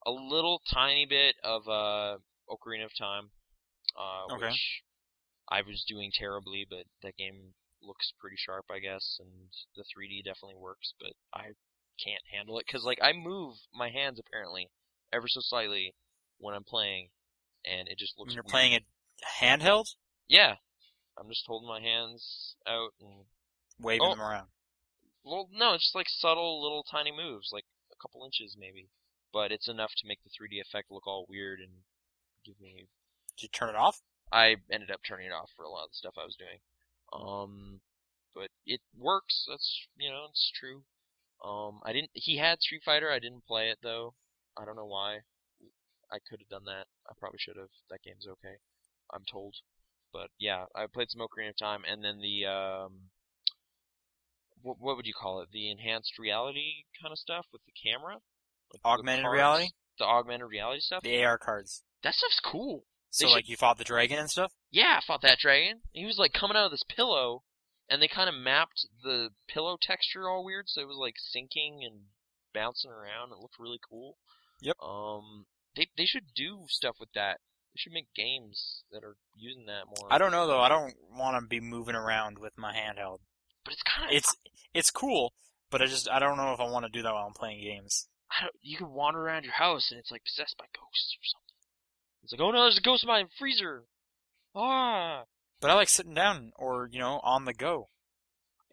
Speaker 1: a little tiny bit of uh, Ocarina of Time, uh,
Speaker 2: Okay.
Speaker 1: which I was doing terribly, but that game looks pretty sharp, I guess, and the 3D definitely works, but I can't handle it because like I move my hands apparently ever so slightly when I'm playing, and it just
Speaker 2: When
Speaker 1: looks.
Speaker 2: You're
Speaker 1: weird.
Speaker 2: playing it handheld,
Speaker 1: Yeah, I'm just holding my hands out and
Speaker 2: waving
Speaker 1: Oh.
Speaker 2: them around.
Speaker 1: Well, no, it's just like subtle little tiny moves, like a couple inches maybe, but it's enough to make the 3D effect look all weird and give me.
Speaker 2: Did you turn it off?
Speaker 1: I ended up turning it off for a lot of the stuff I was doing, um, but it works. That's you know it's true. Um, I didn't. He had Street Fighter. I didn't play it though. I don't know why. I could have done that. I probably should have. That game's okay. I'm told. But yeah, I played some Ocarina of Time, and then the um, what, what would you call it? The enhanced reality kind of stuff with the camera, Like the
Speaker 2: Augmented
Speaker 1: cards?
Speaker 2: reality?
Speaker 1: the augmented reality stuff.
Speaker 2: The AR cards.
Speaker 1: That stuff's cool.
Speaker 2: So
Speaker 1: should-
Speaker 2: like you fought the dragon and stuff.
Speaker 1: Yeah, I fought that dragon. He was like coming out of this pillow, and they kind of mapped the pillow texture all weird, so it was like sinking and bouncing around. It looked really cool.
Speaker 2: Yep.
Speaker 1: Um, they they should do stuff with that. They should make games that are using that more.
Speaker 2: I don't know though. I don't want to be moving around with my handheld.
Speaker 1: But it's kind of
Speaker 2: It's it's cool, but I just I don't know if I want to do that while I'm playing games.
Speaker 1: I don't, you can wander around your house and it's like possessed by ghosts or something. It's like, oh no, there's a ghost in my freezer. Ah,
Speaker 2: But I like sitting down or you know on the go.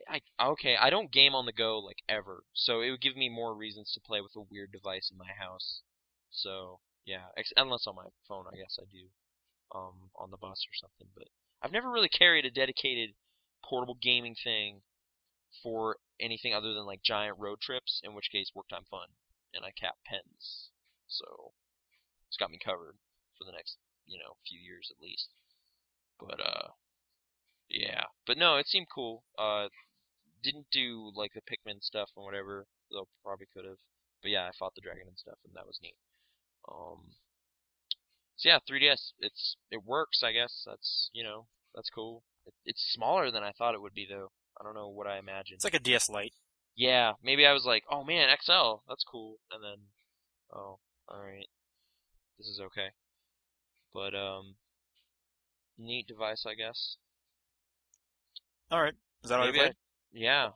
Speaker 1: I okay. I don't game on the go like ever, so it would give me more reasons to play with a weird device in my house. So yeah, ex- unless on my phone, I guess I do, um, on the bus or something. But I've never really carried a dedicated portable gaming thing for anything other than like giant road trips, in which case work time fun, and I cap pens, so it's got me covered for the next you know few years at least. But uh, yeah, but no, it seemed cool. Uh, didn't do like the Pikmin stuff and whatever, though probably could have. But yeah, I fought the dragon and stuff, and that was neat. Um, so yeah, 3DS, it's it works, I guess. That's you know that's cool. It, it's smaller than I thought it would be, though. I don't know what I imagined.
Speaker 2: It's like a DS Lite.
Speaker 1: Yeah, maybe I was like, oh man, XL, that's cool, and then, oh, all right, this is okay. But um, neat device, I guess.
Speaker 2: All right, is that all you
Speaker 1: Maybe I-
Speaker 2: played?
Speaker 1: yeah,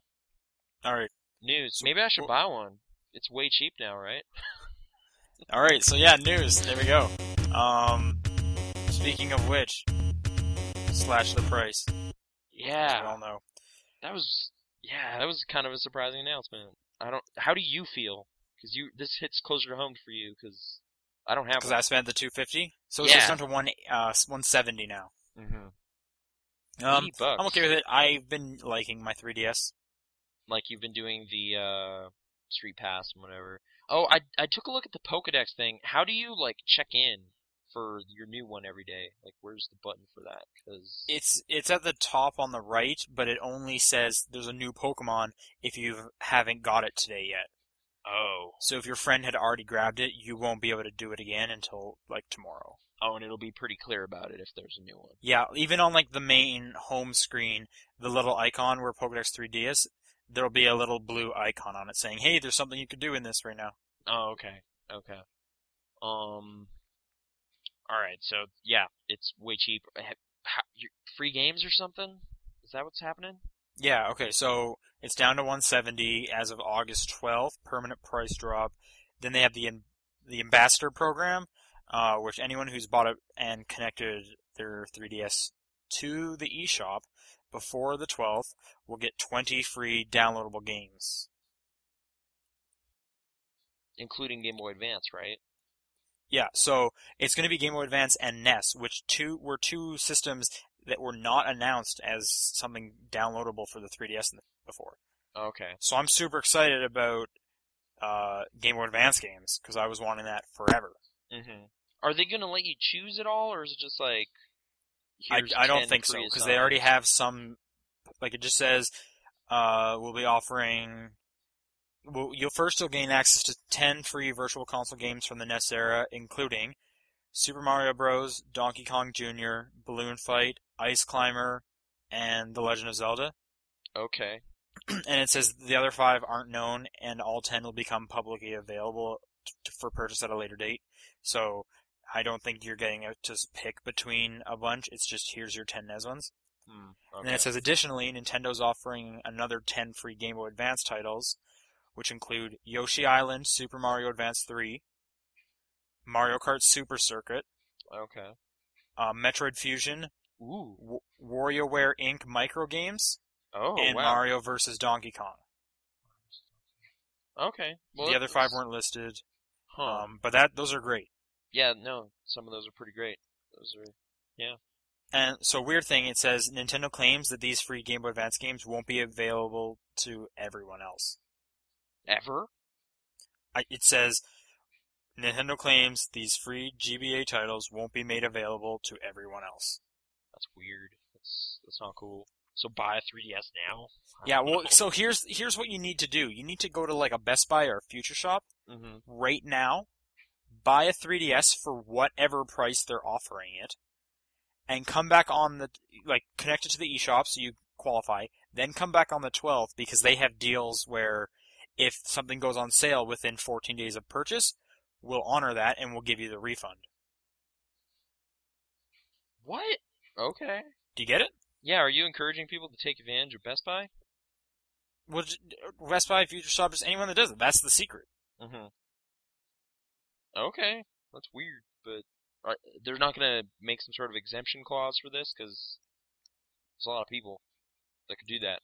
Speaker 2: All right,
Speaker 1: news.
Speaker 2: So-
Speaker 1: Maybe I should
Speaker 2: wh-
Speaker 1: buy one. It's way cheap now, right?
Speaker 2: all right. So yeah, news. There we go. Um, speaking of which, slash the price. As we
Speaker 1: Yeah,
Speaker 2: all know.
Speaker 1: that was yeah, that was kind of a surprising announcement. I don't. How do you feel? Because you this hits closer to home for you. Because I don't have
Speaker 2: Because
Speaker 1: one.
Speaker 2: I spent the two fifty, so
Speaker 1: Yeah.
Speaker 2: it's down to one uh one seventy now.
Speaker 1: mm-hmm.
Speaker 2: Um,
Speaker 1: bucks.
Speaker 2: I'm okay with it. I've been liking my 3ds.
Speaker 1: like you've been doing the uh, street pass and whatever. Oh, I I took a look at the Pokedex thing. How do you like check in for your new one every day? Like, where's the button for that? Because
Speaker 2: It's it's at the top on the right, but it only says there's a new Pokemon if you haven't got it today yet.
Speaker 1: oh
Speaker 2: So if your friend had already grabbed it, you won't be able to do it again until like tomorrow.
Speaker 1: oh, and it'll be pretty clear about it if there's a new one.
Speaker 2: Yeah, even on like the main home screen, the little icon where Pokedex 3D is, there'll be a little blue icon on it saying, "Hey, there's something you could do in this right now."
Speaker 1: Oh, okay, okay. Um, all right. So yeah, it's way cheap. I ha- how- you- Free games or something? Is that what's happening?
Speaker 2: Yeah, okay, so it's down to 170 as of August 12th, permanent price drop. Then they have the am- the ambassador program, uh, which anyone who's bought it and connected their 3DS to the eShop before the 12th will get 20 free downloadable games.
Speaker 1: Including Game Boy Advance, right?
Speaker 2: Yeah, so it's going to be Game Boy Advance and NES, which two were two systems that were not announced as something downloadable for the 3DS in the- before.
Speaker 1: Okay.
Speaker 2: So I'm super excited about uh, Game Boy Advance games because I was wanting that forever.
Speaker 1: hmm Are they going to let you choose it all, or is it just like?
Speaker 2: I,
Speaker 1: here's
Speaker 2: I don't
Speaker 1: 10
Speaker 2: think so because they
Speaker 1: preassigned?
Speaker 2: already have some. Like it just says, uh, we'll be offering. Well, you'll first you'll gain access to ten free Virtual Console games from the NES era, including Super Mario Bros., Donkey Kong Jr., Balloon Fight, Ice Climber, and The Legend of Zelda.
Speaker 1: Okay.
Speaker 2: <clears throat> and it says the other five aren't known, and all ten will become publicly available t- for purchase at a later date. So I don't think you're getting a, to s- pick between a bunch. It's just here's your ten NES ones.
Speaker 1: Hmm.
Speaker 2: And then it says additionally, Nintendo's offering another 10 free Game Boy Advance titles, which include Yoshi Island, Super Mario Advance 3, Mario Kart Super Circuit,
Speaker 1: Okay.
Speaker 2: uh, Metroid Fusion,
Speaker 1: Ooh.
Speaker 2: w- WarioWare Inc. micro games,
Speaker 1: Oh
Speaker 2: and
Speaker 1: wow.
Speaker 2: Mario vs. Donkey Kong.
Speaker 1: Okay. Well,
Speaker 2: the other
Speaker 1: that's-
Speaker 2: five weren't listed,
Speaker 1: Huh.
Speaker 2: um, but that those are great.
Speaker 1: yeah. No. Some of those are pretty great. Those are.
Speaker 2: And so weird thing, it says Nintendo claims that these free Game Boy Advance games won't be available to everyone else.
Speaker 1: Ever?
Speaker 2: I, it says Nintendo claims these free GBA titles won't be made available to everyone else.
Speaker 1: That's weird. That's that's not cool. So buy a 3DS now.
Speaker 2: Yeah, well, so here's here's what you need to do. You need to go to like a Best Buy or a Future Shop
Speaker 1: hmm
Speaker 2: right now, buy a 3DS for whatever price they're offering it, and come back on the like connect it to the eShop so you qualify. Then come back on the 12th because they have deals where if something goes on sale within 14 days of purchase, we'll honor that and we'll give you the refund.
Speaker 1: What? Okay.
Speaker 2: Do you get it?
Speaker 1: Yeah. Are you encouraging people to take advantage of Best Buy?
Speaker 2: Well, j- Best Buy, Future Shop, just anyone that does it. That's the secret.
Speaker 1: Mm-hmm. Okay, that's weird, but uh, they're not gonna make some sort of exemption clause for this because there's a lot of people that could do that.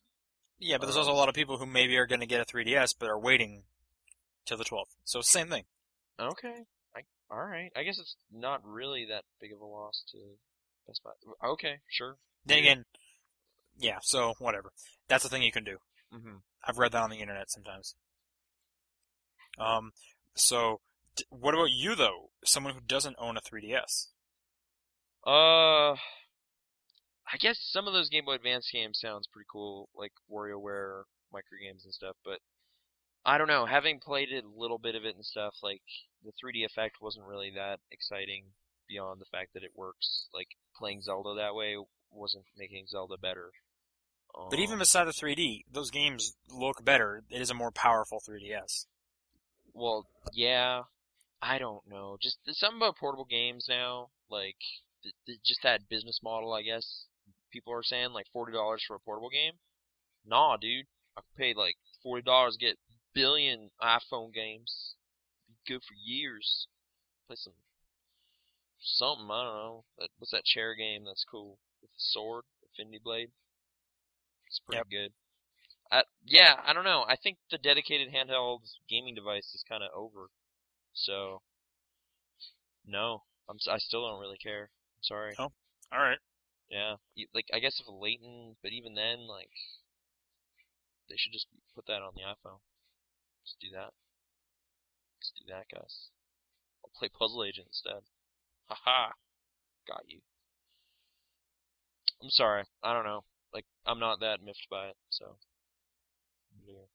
Speaker 2: Yeah, but there's also a lot of people who maybe are going to get a 3DS but are waiting till the 12th. So same thing.
Speaker 1: Okay, I all right. I guess it's not really that big of a loss to Best Buy. Okay, sure.
Speaker 2: Then
Speaker 1: Yeah.
Speaker 2: again, yeah. So whatever. That's a thing you can do.
Speaker 1: Mm-hmm.
Speaker 2: I've read that on the internet sometimes. Um. So, d- what about you though? Someone who doesn't own a 3DS.
Speaker 1: Uh, I guess some of those Game Boy Advance games sounds pretty cool, like WarioWare microgames and stuff. But I don't know. Having played it, a little bit of it and stuff, like the 3D effect wasn't really that exciting beyond the fact that it works. Like playing Zelda that way wasn't making Zelda better.
Speaker 2: But even
Speaker 1: Um,
Speaker 2: beside the 3D, those games look better. It is a more powerful 3DS.
Speaker 1: Well, yeah. I don't know. Just there's something about portable games now, like th- th- just that business model, I guess. People are saying like forty dollars for a portable game. Nah, dude. I could pay like forty dollars get billion iPhone games. Be good for years. Play some something. I don't know. That, what's that chair game that's cool with the sword, Infinity Blade? It's pretty good. I, Uh, yeah, I don't know. I think the dedicated handheld gaming device is kind of over. So, no, I'm s- I still don't really care. I'm sorry.
Speaker 2: All right.
Speaker 1: Yeah, You- like I guess if Leighton, but even then, like they should just put that on the iPhone. Just do that. Just do that, guys. I'll play Puzzle Agent instead. Haha, got you. I'm sorry. I don't know. Like I'm not that miffed by it. So. Yeah.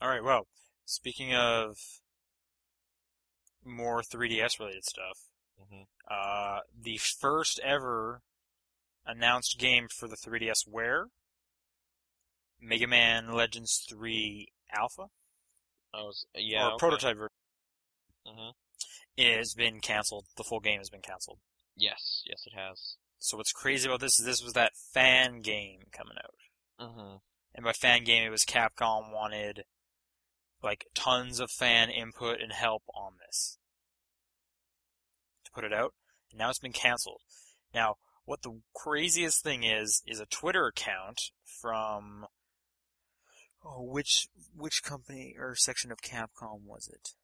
Speaker 2: All right. Well, speaking of more 3DS related stuff,
Speaker 1: Mhm.
Speaker 2: uh, the first ever announced game for the 3DS Wear, Mega Man Legends 3 Alpha
Speaker 1: I was yeah.
Speaker 2: or
Speaker 1: okay.
Speaker 2: prototype version,
Speaker 1: Mhm.
Speaker 2: has been canceled. The full game has been canceled.
Speaker 1: Yes, yes, it has.
Speaker 2: So what's crazy about this is this was that fan game coming out. Mm-hmm.
Speaker 1: Mhm.
Speaker 2: and by fan game it was Capcom wanted like tons of fan input and help on this to put it out. And now it's been canceled. Now, what the craziest thing is is a Twitter account from oh, which which company or section of Capcom was it?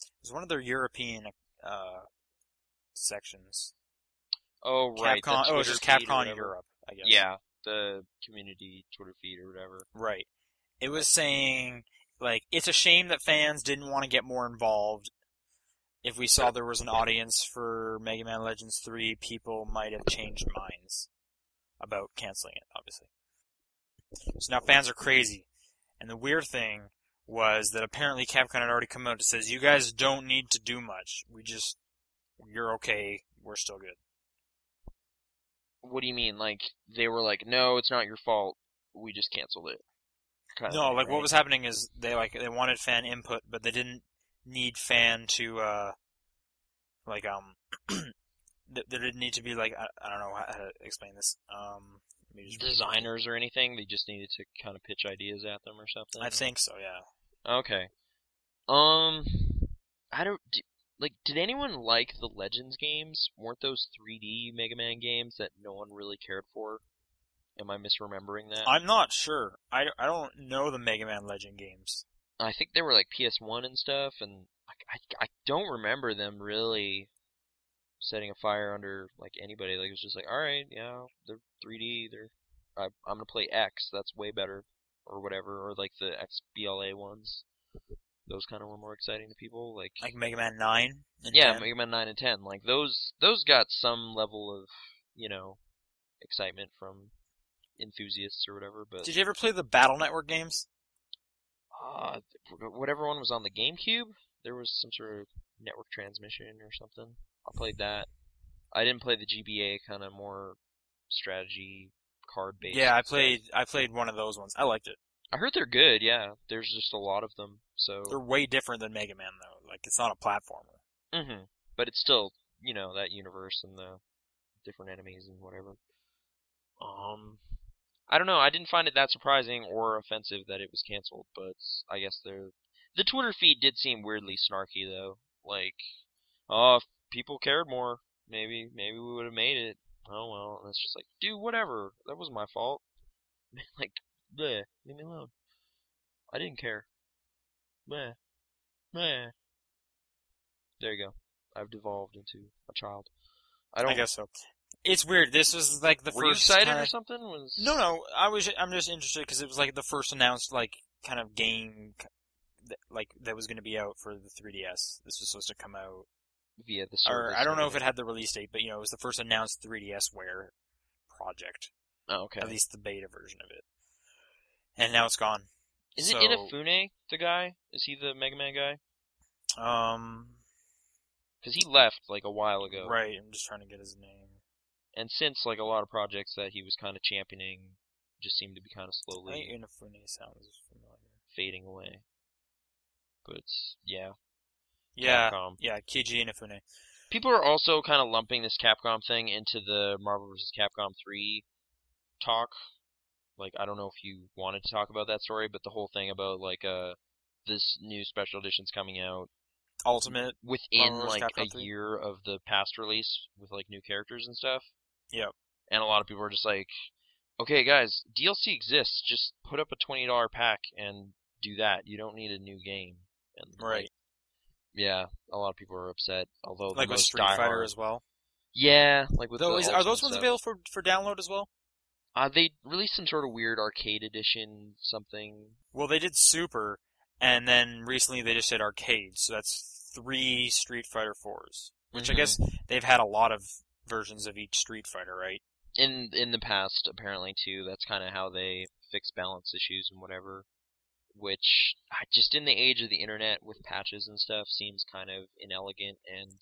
Speaker 2: It was one of their European uh, sections.
Speaker 1: Oh right. the
Speaker 2: Capcom. Oh, it's
Speaker 1: Twitter
Speaker 2: just
Speaker 1: feed or
Speaker 2: Capcom
Speaker 1: whatever.
Speaker 2: Europe, I guess.
Speaker 1: Yeah, the community Twitter feed or whatever.
Speaker 2: Right. It was saying like it's a shame that fans didn't want to get more involved if we saw there was an audience for Mega Man Legends 3, people might have changed minds about canceling it, obviously. So now fans are crazy. And the weird thing was that apparently Capcom had already come out and says, you guys don't need to do much. We just, you're okay. We're still good.
Speaker 1: What do you mean? Like they were like, no, it's not your fault. We just canceled it. Kinda
Speaker 2: No,
Speaker 1: thing,
Speaker 2: like
Speaker 1: right?
Speaker 2: what was happening is they like they wanted fan input, but they didn't need fan to uh like um <clears throat> th- there didn't need to be like I, I don't know how how to explain this um let me just-
Speaker 1: designers or anything? They just needed to kind of pitch ideas at them or something.
Speaker 2: I think so yeah
Speaker 1: Okay. Um, I don't d like. Did anyone like the Legends games? Weren't those 3D Mega Man games that no one really cared for? Am I misremembering that?
Speaker 2: I'm not sure I, I don't know the Mega Man Legend games
Speaker 1: I think they were like PS1 and stuff, and I, I, I don't remember them really setting a fire under like anybody. Like it was just like, all right, yeah, they're 3D, they're I, I'm gonna play X, that's way better, or whatever, or like the XBLA ones. Those kind of were more exciting to people. Like,
Speaker 2: like Mega Man Nine and
Speaker 1: yeah,
Speaker 2: 10.
Speaker 1: Mega Man 9 and 10, like those those got some level of you know excitement from enthusiasts or whatever. But
Speaker 2: Did you ever play the Battle Network games?
Speaker 1: uh, whatever one was on the GameCube, there was some sort of network transmission or something. I played that. I didn't play the GBA kind of more strategy card based.
Speaker 2: Yeah, I played I played one of those ones. I liked it.
Speaker 1: I heard they're good. Yeah, there's just a lot of them.
Speaker 2: They're
Speaker 1: So,
Speaker 2: way different than Mega Man though. Like it's not a platformer.
Speaker 1: hmm but it's still you know that universe and the different enemies and whatever. Um, I don't know. I didn't find it that surprising or offensive that it was canceled, but I guess they're the Twitter feed did seem weirdly snarky though. Like, oh, if people cared more, maybe maybe we would have made it. Oh well, and it's just like, dude, whatever. That was my fault. <laughs> like, bleh, leave me alone. I didn't care. Bleh, bleh. There you go. I've devolved into a child. I don't.
Speaker 2: I guess so. It's weird. This was like the
Speaker 1: were you
Speaker 2: first
Speaker 1: excited
Speaker 2: kinda-
Speaker 1: or something? Was
Speaker 2: No, no. I was. I'm just interested because it was like the first announced like kind of game, c- that, like that was going to be out for the 3DS. This was supposed to come out,
Speaker 1: via the
Speaker 2: or
Speaker 1: service
Speaker 2: I don't know if
Speaker 1: anyway.
Speaker 2: it had the release date, but you know, it was the first announced 3DSware project,
Speaker 1: Oh, okay.
Speaker 2: at least the beta version of it. And now it's gone.
Speaker 1: Is
Speaker 2: so,
Speaker 1: it Inafune the guy? Is he the Mega Man guy?
Speaker 2: Um,
Speaker 1: Because he left like a while ago,
Speaker 2: right. I'm just trying to get his name.
Speaker 1: and since like a lot of projects that he was kind of championing just seem to be kind of
Speaker 2: I think
Speaker 1: slowly
Speaker 2: Inafune sounds familiar.
Speaker 1: fading away. But yeah,
Speaker 2: Yeah,
Speaker 1: Capcom.
Speaker 2: yeah. Kiji Inafune.
Speaker 1: People are also kind of lumping this Capcom thing into the Marvel vs. Capcom 3 talk. Like, I don't know if you wanted to talk about that story, but the whole thing about like uh this new special edition's coming out
Speaker 2: Ultimate.
Speaker 1: within
Speaker 2: Marvel vs.
Speaker 1: like
Speaker 2: Capcom
Speaker 1: a
Speaker 2: 3?
Speaker 1: year of the past release with like new characters and stuff.
Speaker 2: Yep.
Speaker 1: And a lot of people are just like, okay, guys, DLC exists. Just put up a twenty dollar pack and do that. You don't need a new game. And like,
Speaker 2: Right.
Speaker 1: yeah, a lot of people are upset. Although the
Speaker 2: Like with
Speaker 1: most
Speaker 2: Street Fighter
Speaker 1: diehard-
Speaker 2: as well.
Speaker 1: yeah, like with
Speaker 2: Though,
Speaker 1: the
Speaker 2: is, are those
Speaker 1: Ultimate
Speaker 2: ones
Speaker 1: stuff.
Speaker 2: available for, for download as well?
Speaker 1: Uh, they released some sort of weird arcade edition something.
Speaker 2: Well, they did Super, and then recently they just did Arcade, so that's three Street Fighter 4s. Which I
Speaker 1: Mhm.
Speaker 2: guess they've had a lot of versions of each Street Fighter, right?
Speaker 1: in in the past apparently too that's kind of how they fix balance issues and whatever which I- just in the age of the internet with patches and stuff seems kind of inelegant and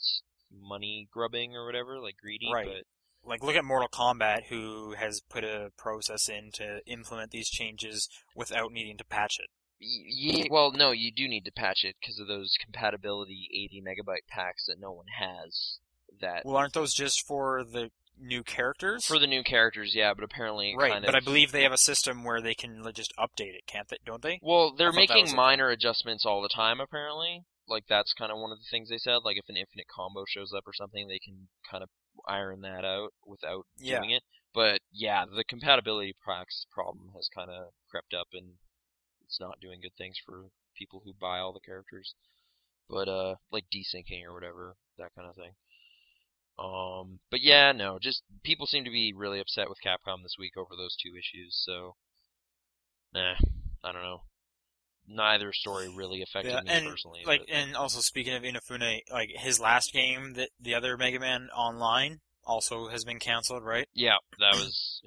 Speaker 1: money grubbing or whatever like greedy
Speaker 2: Right.
Speaker 1: but
Speaker 2: Like, look at Mortal Kombat, who has put a process in to implement these changes without needing to patch it.
Speaker 1: y- yeah, well no you do need to patch it because of those compatibility 80 megabyte packs that no one has that
Speaker 2: Well, aren't those just for the new characters?
Speaker 1: for the new characters yeah but apparently it
Speaker 2: right,
Speaker 1: kind
Speaker 2: but I
Speaker 1: of-
Speaker 2: believe they have a system where they can like, just update it, can't they? Don't they?
Speaker 1: Well,
Speaker 2: I
Speaker 1: they're
Speaker 2: thought that was
Speaker 1: making
Speaker 2: it.
Speaker 1: minor adjustments all the time, apparently. Like that's kind of one of the things they said. Like if an infinite combo shows up or something, they can kind of iron that out without
Speaker 2: Yeah.
Speaker 1: doing it. But yeah, the compatibility prox problem has kind of crept up, and it's not doing good things for people who buy all the characters. But uh, like desyncing or whatever, that kind of thing. Um, but yeah, no, just people seem to be really upset with Capcom this week over those two issues. So, nah, I don't know neither story really affected
Speaker 2: Yeah,
Speaker 1: me
Speaker 2: and
Speaker 1: personally.
Speaker 2: like,
Speaker 1: but-
Speaker 2: and also speaking of Inafune, like his last game that the other Mega Man online also has been canceled, right?
Speaker 1: yeah, that was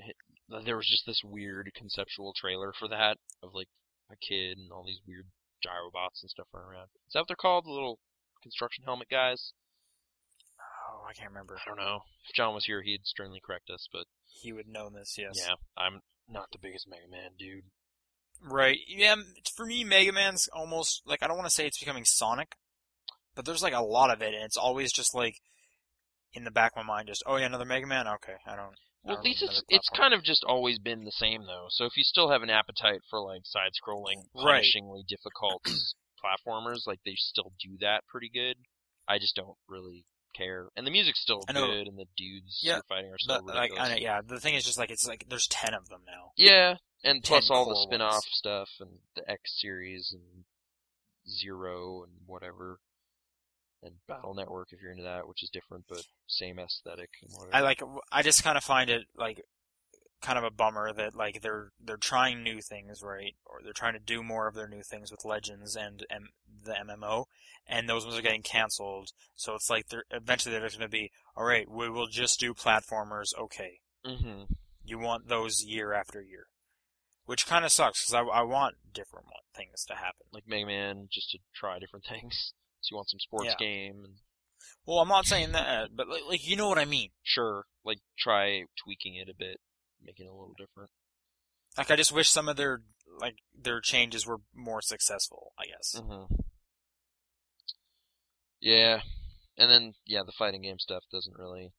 Speaker 1: there was just this weird conceptual trailer for that of like a kid and all these weird gyrobots and stuff running around. Is that what they're called? The little construction helmet guys?
Speaker 2: Oh, I can't remember.
Speaker 1: I don't know. If John was here, he'd sternly correct us. But
Speaker 2: He would know this, yes.
Speaker 1: yeah, I'm not the biggest Mega Man dude.
Speaker 2: Right. Yeah. m- For me, Mega Man's almost like I don't want to say it's becoming Sonic, but there's like a lot of it, and it's always just like in the back of my mind, just oh yeah, another Mega Man. Okay, I don't.
Speaker 1: Well,
Speaker 2: Or
Speaker 1: at least it's
Speaker 2: another
Speaker 1: it's
Speaker 2: platform.
Speaker 1: kind of just always been the same though. So if you still have an appetite for like side-scrolling,
Speaker 2: Right.
Speaker 1: punishingly <clears throat> difficult platformers, like they still do that pretty good. I just don't really care, and the music's still
Speaker 2: I know.
Speaker 1: good, and the dudes
Speaker 2: Yeah,
Speaker 1: you're fighting are still
Speaker 2: But like,
Speaker 1: ridiculous.
Speaker 2: I know, yeah. The thing is, just like it's like there's ten of them now.
Speaker 1: yeah, and
Speaker 2: Ten
Speaker 1: plus all the
Speaker 2: core
Speaker 1: spin-off
Speaker 2: ones.
Speaker 1: stuff and the X series and Zero and whatever, and Battle Network if you're into that, which is different but same aesthetic and whatever.
Speaker 2: I like. I just kind of find it like kind of a bummer that like they're they're trying new things, right? Or they're trying to do more of their new things with Legends and M- the MMO, and those ones are getting canceled. So it's like they're eventually they're just going to be all right. We will just do platformers. Okay,
Speaker 1: mm-hmm.
Speaker 2: you want those year after year, which kind of sucks because I I want different one- things to happen.
Speaker 1: like Mega Man just to try different <laughs> things. So you want some sports
Speaker 2: Yeah.
Speaker 1: game and
Speaker 2: Well, I'm not saying that, but like, like you know what I mean.
Speaker 1: sure, like try tweaking it a bit, making it a little different.
Speaker 2: Like I just wish some of their like their changes were more successful. I guess.
Speaker 1: Mm-hmm. Yeah. And then yeah, the fighting game stuff doesn't really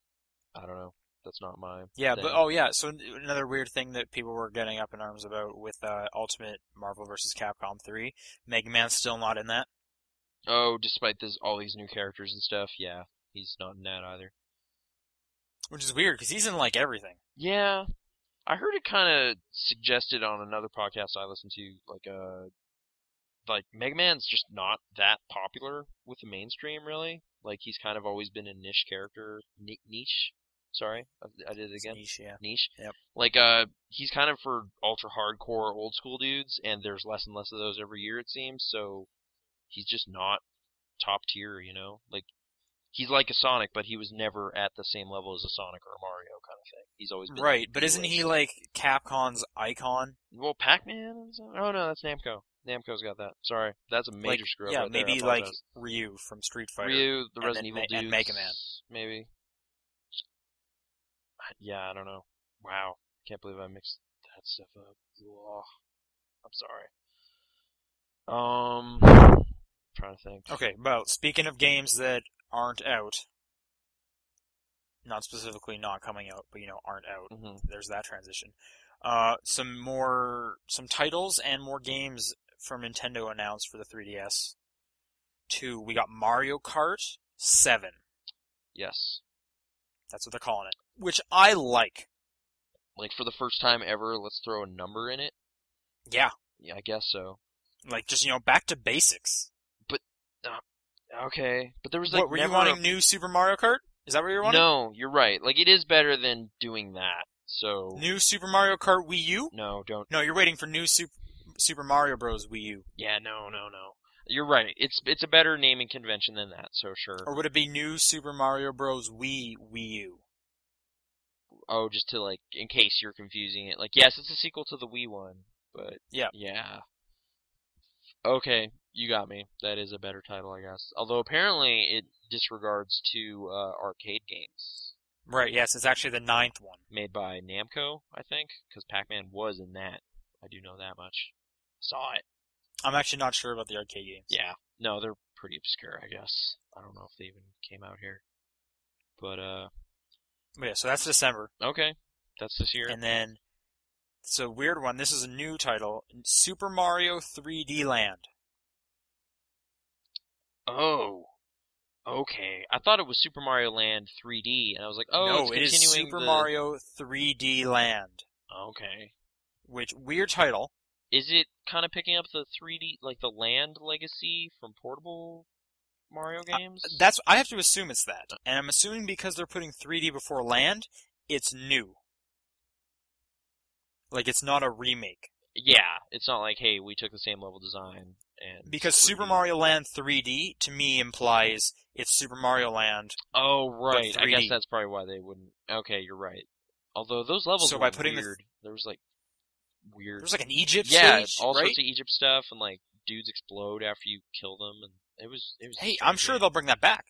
Speaker 1: I don't know. That's not my
Speaker 2: Yeah,
Speaker 1: thing.
Speaker 2: but oh yeah. So n- another weird thing that people were getting up in arms about with uh, Ultimate Marvel vs. Capcom 3, Mega Man's still not in that.
Speaker 1: Oh, despite this all these new characters and stuff, yeah. He's not in that either.
Speaker 2: Which is weird because he's in like everything.
Speaker 1: Yeah. I heard it kind of suggested on another podcast I listened to, like, uh, like Mega Man's just not that popular with the mainstream, really. Like, he's kind of always been a niche character, ni- niche. Sorry, I, I did it
Speaker 2: It's
Speaker 1: again.
Speaker 2: niche, yeah.
Speaker 1: Niche.
Speaker 2: Yep.
Speaker 1: Like, uh, he's kind of for ultra hardcore, old school dudes, and there's less and less of those every year it seems. So, he's just not top tier, you know. Like, he's like a Sonic, but he was never at the same level as a Sonic or a Mario kind of thing. He's always been
Speaker 2: Right, but isn't
Speaker 1: list.
Speaker 2: he like Capcom's icon?
Speaker 1: Well, Pac-Man. is- Oh no, that's Namco. Namco's got that. Sorry, that's a major
Speaker 2: like,
Speaker 1: screw up.
Speaker 2: Yeah,
Speaker 1: right there, I
Speaker 2: maybe like
Speaker 1: apologize.
Speaker 2: Ryu from Street Fighter.
Speaker 1: Ryu, the
Speaker 2: and
Speaker 1: Resident
Speaker 2: then
Speaker 1: Evil
Speaker 2: Ma-
Speaker 1: dudes,
Speaker 2: and Mega Man.
Speaker 1: maybe. Yeah, I don't know. Wow, can't believe I mixed that stuff up. Ugh. I'm sorry. Um, trying to think.
Speaker 2: Okay, well, speaking of games that aren't out, not specifically not coming out, but you know aren't out.
Speaker 1: hmm
Speaker 2: there's that transition. Uh, some more, some titles and more games from Nintendo announced for the 3DS. Two, we got Mario Kart 7.
Speaker 1: Yes,
Speaker 2: That's what they're calling it. Which I like.
Speaker 1: like for the first time ever, let's throw a number in it.
Speaker 2: Yeah.
Speaker 1: Yeah, I guess so.
Speaker 2: Like, just, you know, back to basics.
Speaker 1: Okay, but there was like
Speaker 2: what, were you
Speaker 1: never a
Speaker 2: wanting new Super Mario Kart? Is that what you're wanting?
Speaker 1: No, you're right. Like it is better than doing that. So
Speaker 2: New Super Mario Kart Wii U?
Speaker 1: no, don't.
Speaker 2: No, you're waiting for new Super, Super Mario Bros. Wii U.
Speaker 1: Yeah, no, no, no. You're right. It's it's a better naming convention than that. So sure.
Speaker 2: Or would it be new Super Mario Bros. Wii Wii U?
Speaker 1: Oh, just to like in case you're confusing it. Like yes, it's a sequel to the Wii one, but
Speaker 2: Yeah.
Speaker 1: yeah. Okay, you got me. That is a better title, I guess. Although apparently it disregards two uh, arcade games
Speaker 2: Right, yes, it's actually the ninth one.
Speaker 1: made by Namco, I think, because Pac-Man was in that. I do know that much. Saw it.
Speaker 2: I'm actually not sure about the arcade games.
Speaker 1: Yeah. No, they're pretty obscure, I guess. I don't know if they even came out here. But uh
Speaker 2: But yeah, so that's December.
Speaker 1: okay. That's this year.
Speaker 2: And then it's a weird one. This is a new title Super Mario 3D Land.
Speaker 1: oh. Okay. I thought it was Super Mario Land 3D and I was like, "Oh,
Speaker 2: no,
Speaker 1: it's
Speaker 2: it is
Speaker 1: continuing
Speaker 2: Super
Speaker 1: the-
Speaker 2: Mario 3D Land,
Speaker 1: Okay.
Speaker 2: which weird title.
Speaker 1: Is it kind of picking up the 3D like the land legacy from portable Mario
Speaker 2: Uh,
Speaker 1: games?
Speaker 2: That's I have to assume it's that. And I'm assuming because they're putting 3D before land, it's new. Like it's not a remake.
Speaker 1: yeah, it's not like hey, we took the same level design and
Speaker 2: Because
Speaker 1: we're
Speaker 2: Super
Speaker 1: doing-
Speaker 2: Mario Land 3D to me implies it's Super Mario Land.
Speaker 1: Oh right, I
Speaker 2: 3D.
Speaker 1: guess that's probably why they wouldn't. Okay, you're right. Although those levels
Speaker 2: So
Speaker 1: were
Speaker 2: by putting the-
Speaker 1: weird. There was like weird.
Speaker 2: There's like an Egypt
Speaker 1: yeah,
Speaker 2: stage,
Speaker 1: all
Speaker 2: right?
Speaker 1: sorts of Egypt stuff and like dudes explode after you kill them, and it was it was.
Speaker 2: hey, I'm sure they'll bring that back,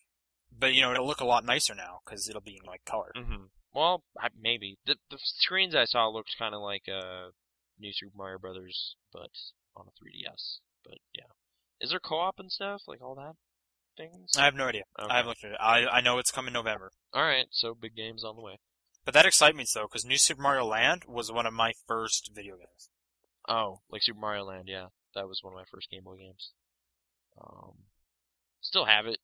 Speaker 2: but you know it'll look a lot nicer now because it'll be in like color.
Speaker 1: Mm-hmm. Well, I, maybe the the screens I saw looked kind of like uh, New Super Mario Brothers, but on a 3DS. But yeah, is there co-op and stuff like all that things?
Speaker 2: I have no idea.
Speaker 1: Okay.
Speaker 2: I haven't looked at it. I I know it's coming November,
Speaker 1: All right, so big games on the way.
Speaker 2: but that excites me though because New Super Mario Land was one of my first video games.
Speaker 1: Oh, like Super Mario Land, yeah. That was one of my first Game Boy games. Um, still have it.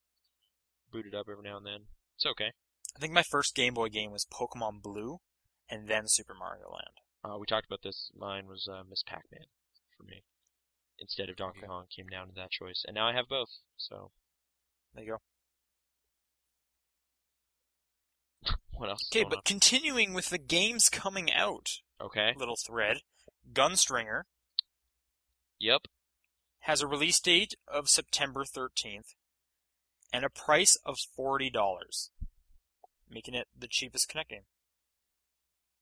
Speaker 1: Boot it up every now and then. It's okay.
Speaker 2: I think my first Game Boy game was Pokemon Blue, and then Super Mario Land.
Speaker 1: Uh, we talked about this. Mine was uh, Miss Pac-Man for me. Instead of Donkey Kong, came down to that choice, and now I have both. So <laughs>
Speaker 2: There you go.
Speaker 1: what else? is
Speaker 2: Okay,
Speaker 1: going
Speaker 2: but continuing with the games coming out,
Speaker 1: on? okay.
Speaker 2: little thread, Gunstringer
Speaker 1: Yep.
Speaker 2: has a release date of September 13th and a price of $40, making it the cheapest Kinect game.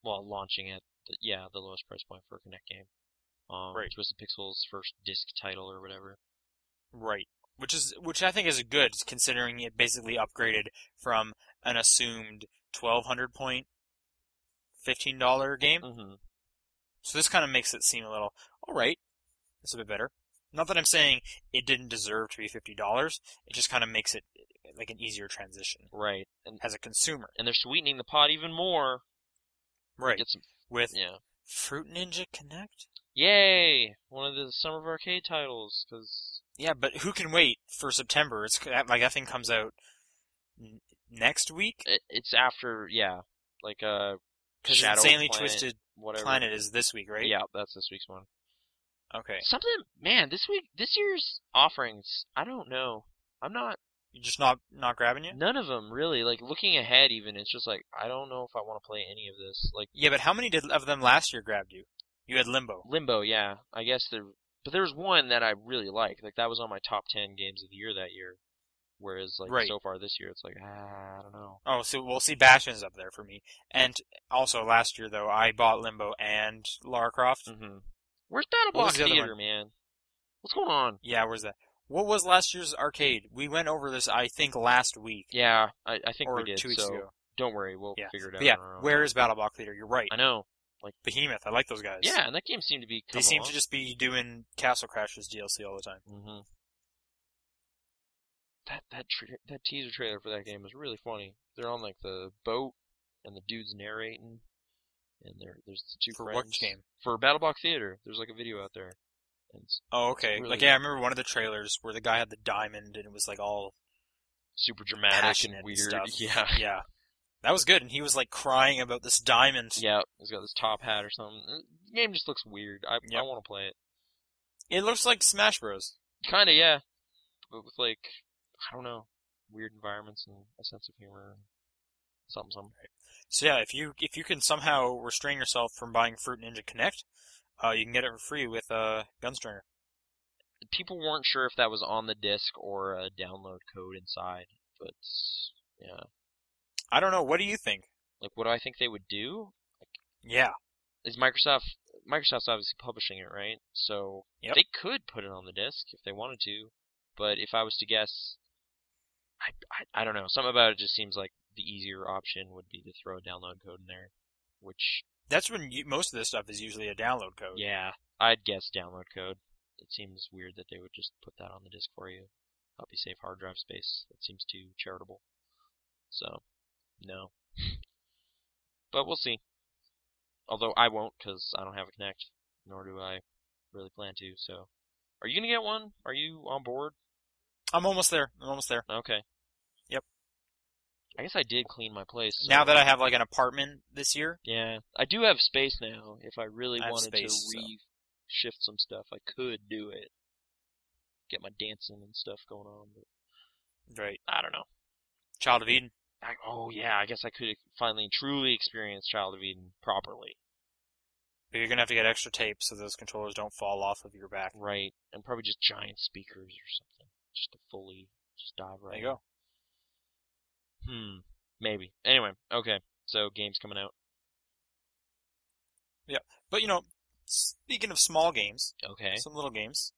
Speaker 1: Well, launching at the, yeah the lowest price point for a Kinect game. Um,
Speaker 2: Right.
Speaker 1: Twisted Pixel's first disc title or whatever.
Speaker 2: Right. Which is which I think is good considering it basically upgraded from an assumed 1200 point $15 game.
Speaker 1: Mm-hmm.
Speaker 2: So this kind of makes it seem a little all right. It's a bit better. Not that I'm saying it didn't deserve to be $50. It just kind of makes it like an easier transition
Speaker 1: Right. And
Speaker 2: as a consumer.
Speaker 1: and they're sweetening the pot even more.
Speaker 2: Right.
Speaker 1: Get some.
Speaker 2: With
Speaker 1: Yeah.
Speaker 2: Fruit Ninja Connect?
Speaker 1: Yay! One of the Summer of Arcade titles, because
Speaker 2: Yeah, but who can wait for September? It's that- like that thing comes out n- next week
Speaker 1: it, it's after, yeah, like uh,
Speaker 2: because
Speaker 1: Shadow
Speaker 2: insanely
Speaker 1: Planet,
Speaker 2: twisted
Speaker 1: whatever.
Speaker 2: planet is this week, right?
Speaker 1: Yeah, that's this week's one.
Speaker 2: Okay.
Speaker 1: Something, man. This week, this year's offerings. I don't know. I'm not.
Speaker 2: You're just not not grabbing it.
Speaker 1: None of them really. Like looking ahead, even it's just like I don't know if I want to play any of this. Like
Speaker 2: Yeah, but how many did of them last year grabbed you? You had Limbo.
Speaker 1: Limbo, yeah. I guess there, but there was one that I really liked. Like that was on my top ten games of the year that year. Whereas like
Speaker 2: Right.
Speaker 1: so far this year, it's like ah, I don't know.
Speaker 2: Oh, so we'll see Bastion's up there for me. And also last year though, I bought Limbo and Lara Croft.
Speaker 1: Mm-hmm. Where's Battle
Speaker 2: What was
Speaker 1: Block
Speaker 2: the other
Speaker 1: Theater, man? What's going on?
Speaker 2: Yeah, where's that? What was last year's arcade? We went over this, I think, last week
Speaker 1: Yeah, I, I think
Speaker 2: or
Speaker 1: we did.
Speaker 2: two weeks
Speaker 1: so
Speaker 2: ago.
Speaker 1: don't worry, we'll
Speaker 2: Yeah.
Speaker 1: figure it out.
Speaker 2: But yeah,
Speaker 1: on our own.
Speaker 2: where is Battle Block Leader? You're right.
Speaker 1: I know.
Speaker 2: Behemoth. I like those guys.
Speaker 1: Yeah, and that game seemed to be.
Speaker 2: They seem to just be doing Castle Crashers DLC all the time.
Speaker 1: hmm That that tra- that teaser trailer for that game was really funny. They're on like the boat, and the dude's narrating, and there there's the two
Speaker 2: For
Speaker 1: friends.
Speaker 2: what game?
Speaker 1: for Battle Block Theater. There's like a video out there. And it's
Speaker 2: Oh, okay.
Speaker 1: Really-
Speaker 2: Like, yeah, I remember one of the trailers where the guy had the diamond and it was like all
Speaker 1: super dramatic
Speaker 2: passionate
Speaker 1: and
Speaker 2: and
Speaker 1: weird.
Speaker 2: stuff.
Speaker 1: <laughs> Yeah.
Speaker 2: yeah. That was good, and he was like crying about this diamond.
Speaker 1: Yeah, he's got this top hat or something. The game just looks weird. I I
Speaker 2: Yep.
Speaker 1: want to play it.
Speaker 2: It looks like Smash Bros.
Speaker 1: Kind of, yeah. But with like I don't know, weird environments and a sense of humor and something something.
Speaker 2: So yeah, if you if you can somehow restrain yourself from buying Fruit Ninja Connect, uh, you can get it for free with uh, Gunstringer.
Speaker 1: People weren't sure if that was on the disc or a download code inside, but yeah.
Speaker 2: I don't know. What do you think?
Speaker 1: Like what do I think they would do?
Speaker 2: Yeah.
Speaker 1: Is Microsoft Microsoft's obviously publishing it, right? So
Speaker 2: Yep.
Speaker 1: They could put it on the disc if they wanted to, but if I was to guess, I, I, I don't know. Something about it just seems like the easier option would be to throw a download code in there, which
Speaker 2: That's when you, most of this stuff is usually a download code.
Speaker 1: yeah, I'd guess download code. It seems weird that they would just put that on the disc for you, help you save hard drive space. That seems too charitable. So, no. but we'll see. Although I won't because I don't have a Kinect, nor do I really plan to. So, are you gonna get one? Are you on board?
Speaker 2: I'm almost there. I'm almost there.
Speaker 1: Okay.
Speaker 2: Yep.
Speaker 1: I guess I did clean my place. so-
Speaker 2: now that I have like an apartment this year,
Speaker 1: yeah, I do have space now. If I really
Speaker 2: I have
Speaker 1: wanted
Speaker 2: space,
Speaker 1: to
Speaker 2: so-
Speaker 1: re shift some stuff, I could do it. Get my dancing and stuff going on. But
Speaker 2: right?
Speaker 1: I don't know.
Speaker 2: Child of Eden.
Speaker 1: I, oh yeah, I guess I could finally truly experience Child of Eden properly.
Speaker 2: But you're gonna have to get extra tape so those controllers don't fall off of your back.
Speaker 1: Right, and probably just giant speakers or something, just to fully just dive right.
Speaker 2: There you go.
Speaker 1: in. Hmm. Maybe. Anyway, okay. So games coming out.
Speaker 2: But you know, speaking of small games,
Speaker 1: Okay.
Speaker 2: some little games.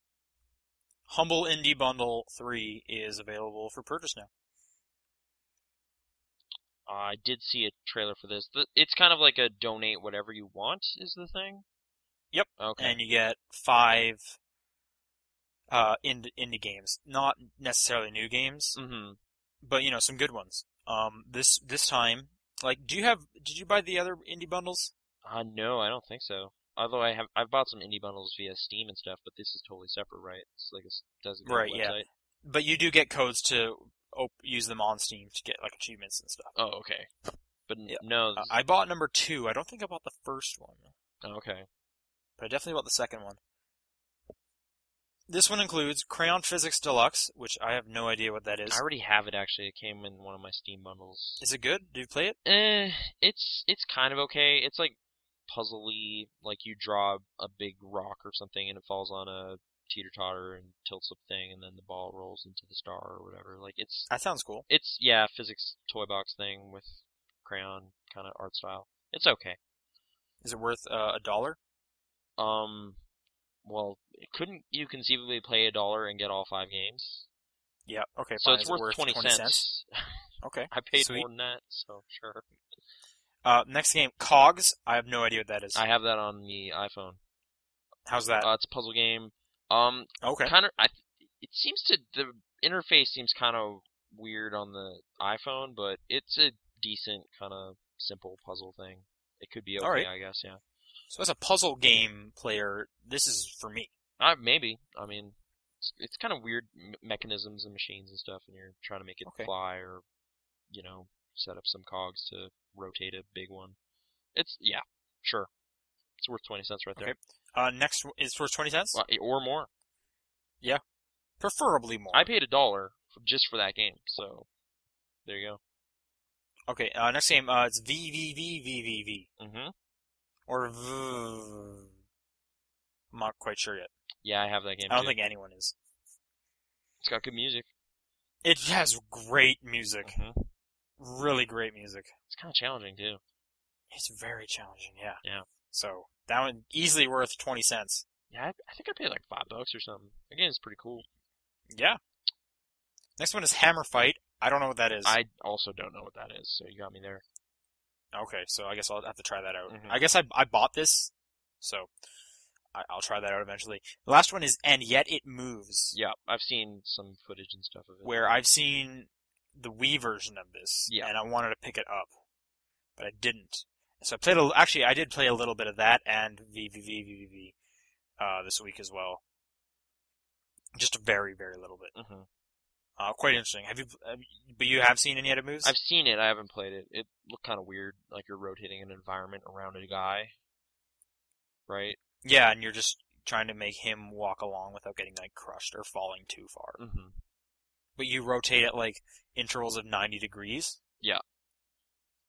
Speaker 2: Humble Indie Bundle 3 is available for purchase now.
Speaker 1: I did see a trailer for this. Th- It's kind of like a donate whatever you want is the thing.
Speaker 2: Yep.
Speaker 1: Okay.
Speaker 2: and you get five uh, indie, indie games, not necessarily new games,
Speaker 1: mm-hmm.
Speaker 2: but you know some good ones. Um, this this time, like, do you have? Did you buy the other indie bundles?
Speaker 1: Uh, no, I don't think so. Although I have, I've bought some indie bundles via Steam and stuff, but this is totally separate, right? It's like it doesn't go
Speaker 2: Right,
Speaker 1: to the
Speaker 2: yeah.
Speaker 1: website.
Speaker 2: But you do get codes to op- use them on Steam to get like achievements and stuff.
Speaker 1: Oh, okay. But n-
Speaker 2: Yeah.
Speaker 1: no,
Speaker 2: Uh,
Speaker 1: this-
Speaker 2: I bought number two. I don't think I bought the first one,
Speaker 1: oh, okay.
Speaker 2: but I definitely bought the second one. This one includes Crayon Physics Deluxe, which I have no idea what that is.
Speaker 1: I already have it actually. It came in one of my Steam bundles.
Speaker 2: Is it good? Do you play it?
Speaker 1: Eh, it's it's kind of okay. It's like puzzly, like you draw a big rock or something, and it falls on a teeter totter and tilts up thing, and then the ball rolls into the star or whatever. Like it's
Speaker 2: That sounds cool.
Speaker 1: it's yeah, physics toy box thing with crayon kind of art style. It's okay.
Speaker 2: Is it worth uh, a dollar?
Speaker 1: Um, well, couldn't you conceivably play a dollar and get all five games?
Speaker 2: Yeah. Okay.
Speaker 1: so
Speaker 2: fine.
Speaker 1: it's
Speaker 2: Is it
Speaker 1: worth, 20, cents.
Speaker 2: Okay.
Speaker 1: <laughs> I paid
Speaker 2: Sweet.
Speaker 1: more than that, so sure.
Speaker 2: Uh, next game, Cogs. I have no idea what that is.
Speaker 1: I have that on the iPhone.
Speaker 2: How's that?
Speaker 1: Uh, it's a puzzle game. Um,
Speaker 2: okay.
Speaker 1: kind of. I. It seems to the interface seems kind of weird on the iPhone, but it's a decent kind of simple puzzle thing. It could be okay,
Speaker 2: All right.
Speaker 1: I guess. Yeah.
Speaker 2: So as a puzzle game player, this is for me.
Speaker 1: Uh, maybe. I mean, it's, it's kind of weird m- mechanisms and machines and stuff, and you're trying to make it
Speaker 2: Okay.
Speaker 1: fly or, you know, set up some cogs to rotate a big one. It's yeah, sure. It's worth twenty cents right there,
Speaker 2: Okay. Uh, next w- is worth twenty cents,
Speaker 1: Well, eh, or more.
Speaker 2: preferably more.
Speaker 1: I paid a dollar f- just for that game, so there you
Speaker 2: okay. Uh, next game, uh, it's VVVVVV
Speaker 1: go. hmm
Speaker 2: or V. I'm not quite sure yet.
Speaker 1: Yeah, I have that game.
Speaker 2: I don't
Speaker 1: too.
Speaker 2: think anyone is.
Speaker 1: it's got good music.
Speaker 2: It has great music,
Speaker 1: hmm
Speaker 2: really great music.
Speaker 1: It's kind of challenging too.
Speaker 2: It's very challenging. Yeah.
Speaker 1: Yeah.
Speaker 2: So that one easily worth twenty cents.
Speaker 1: Yeah, I, I think I paid like five bucks or something. That game's pretty cool.
Speaker 2: Yeah. Next one is Hammer Fight. I don't know what that is.
Speaker 1: I also don't know what that is, so you got me there.
Speaker 2: Okay, so I guess I'll have to try that out.
Speaker 1: Mhm.
Speaker 2: I guess I I bought this, so I, I'll try that out eventually. The last one is and yet it moves,
Speaker 1: Yeah, I've seen some footage and stuff of it.
Speaker 2: where I've seen the Wii version of this,
Speaker 1: Yeah.
Speaker 2: and I wanted to pick it up, but I didn't. So I played a, actually I did play a little bit of that and VVVVV uh, this week as well, just a very very little bit.
Speaker 1: hmm
Speaker 2: Uh, quite interesting. Have you? Have you- but you have seen and yet it moves?
Speaker 1: I've seen it. I haven't played it. It looked kind of weird, like you're rotating an environment around a guy, right?
Speaker 2: Yeah, and you're just trying to make him walk along without getting like crushed or falling too far.
Speaker 1: Mm-hmm.
Speaker 2: But you rotate at like intervals of 90 degrees.
Speaker 1: Yeah.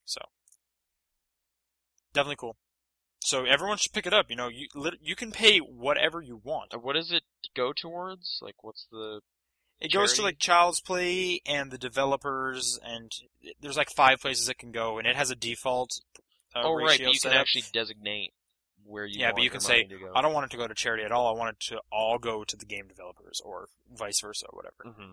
Speaker 2: So definitely cool. So everyone should pick it up. You know, you lit- you can pay whatever you want.
Speaker 1: Uh, What does it go towards? Like, what's the?
Speaker 2: It goes to
Speaker 1: Charity?
Speaker 2: like Child's Play and the developers, and there's like five places it can go, and it has a default. Uh,
Speaker 1: oh, right.
Speaker 2: ratio
Speaker 1: But you
Speaker 2: set
Speaker 1: can
Speaker 2: up.
Speaker 1: actually designate where you.
Speaker 2: Yeah, but
Speaker 1: want
Speaker 2: you
Speaker 1: your
Speaker 2: can say,
Speaker 1: money to go.
Speaker 2: I don't want it to go to charity at all. I want it to all go to the game developers, or vice versa, or whatever.
Speaker 1: hmm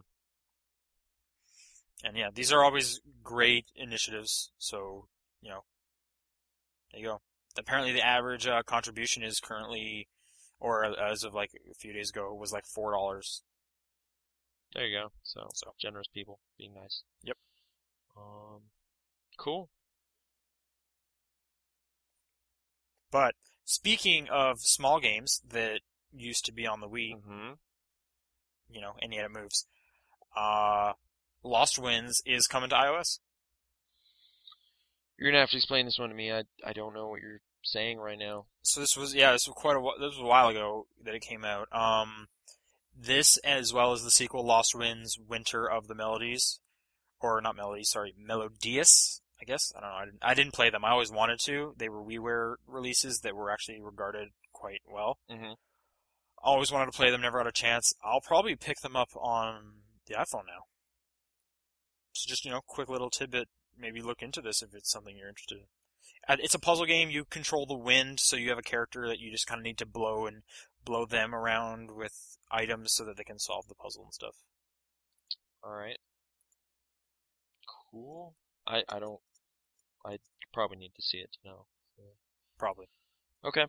Speaker 2: And yeah, these are always great initiatives. So you know, there you go. Apparently, the average uh, contribution is currently, or as of like a few days ago, was like four dollars.
Speaker 1: There you go. So,
Speaker 2: So.
Speaker 1: generous people being nice.
Speaker 2: Yep.
Speaker 1: Um, cool.
Speaker 2: But speaking of small games that used to be on the Wii,
Speaker 1: Mm-hmm.
Speaker 2: you know, and yet it moves. Uh, Lost Winds is coming to iOS.
Speaker 1: You're gonna have to explain this one to me. I I don't know what you're saying right now.
Speaker 2: so this was yeah this was quite a wh- this was a while ago that it came out um this as well as the sequel lost winds winter of the melodies or not melodies sorry melodius I guess I don't know. I didn't, I didn't play them. I always wanted to. They were WiiWare releases that were actually regarded quite well.
Speaker 1: Mhm.
Speaker 2: Always wanted to play them. Never had a chance. I'll probably pick them up on the iPhone now. So just you know, quick little tidbit. Maybe look into this if it's something you're interested in. Uh, It's a puzzle game. You control the wind, so you have a character that you just kind of need to blow and blow them around with items so that they can solve the puzzle and stuff.
Speaker 1: All right. Cool. I I don't. I probably need to see it to know.
Speaker 2: Probably.
Speaker 1: Okay.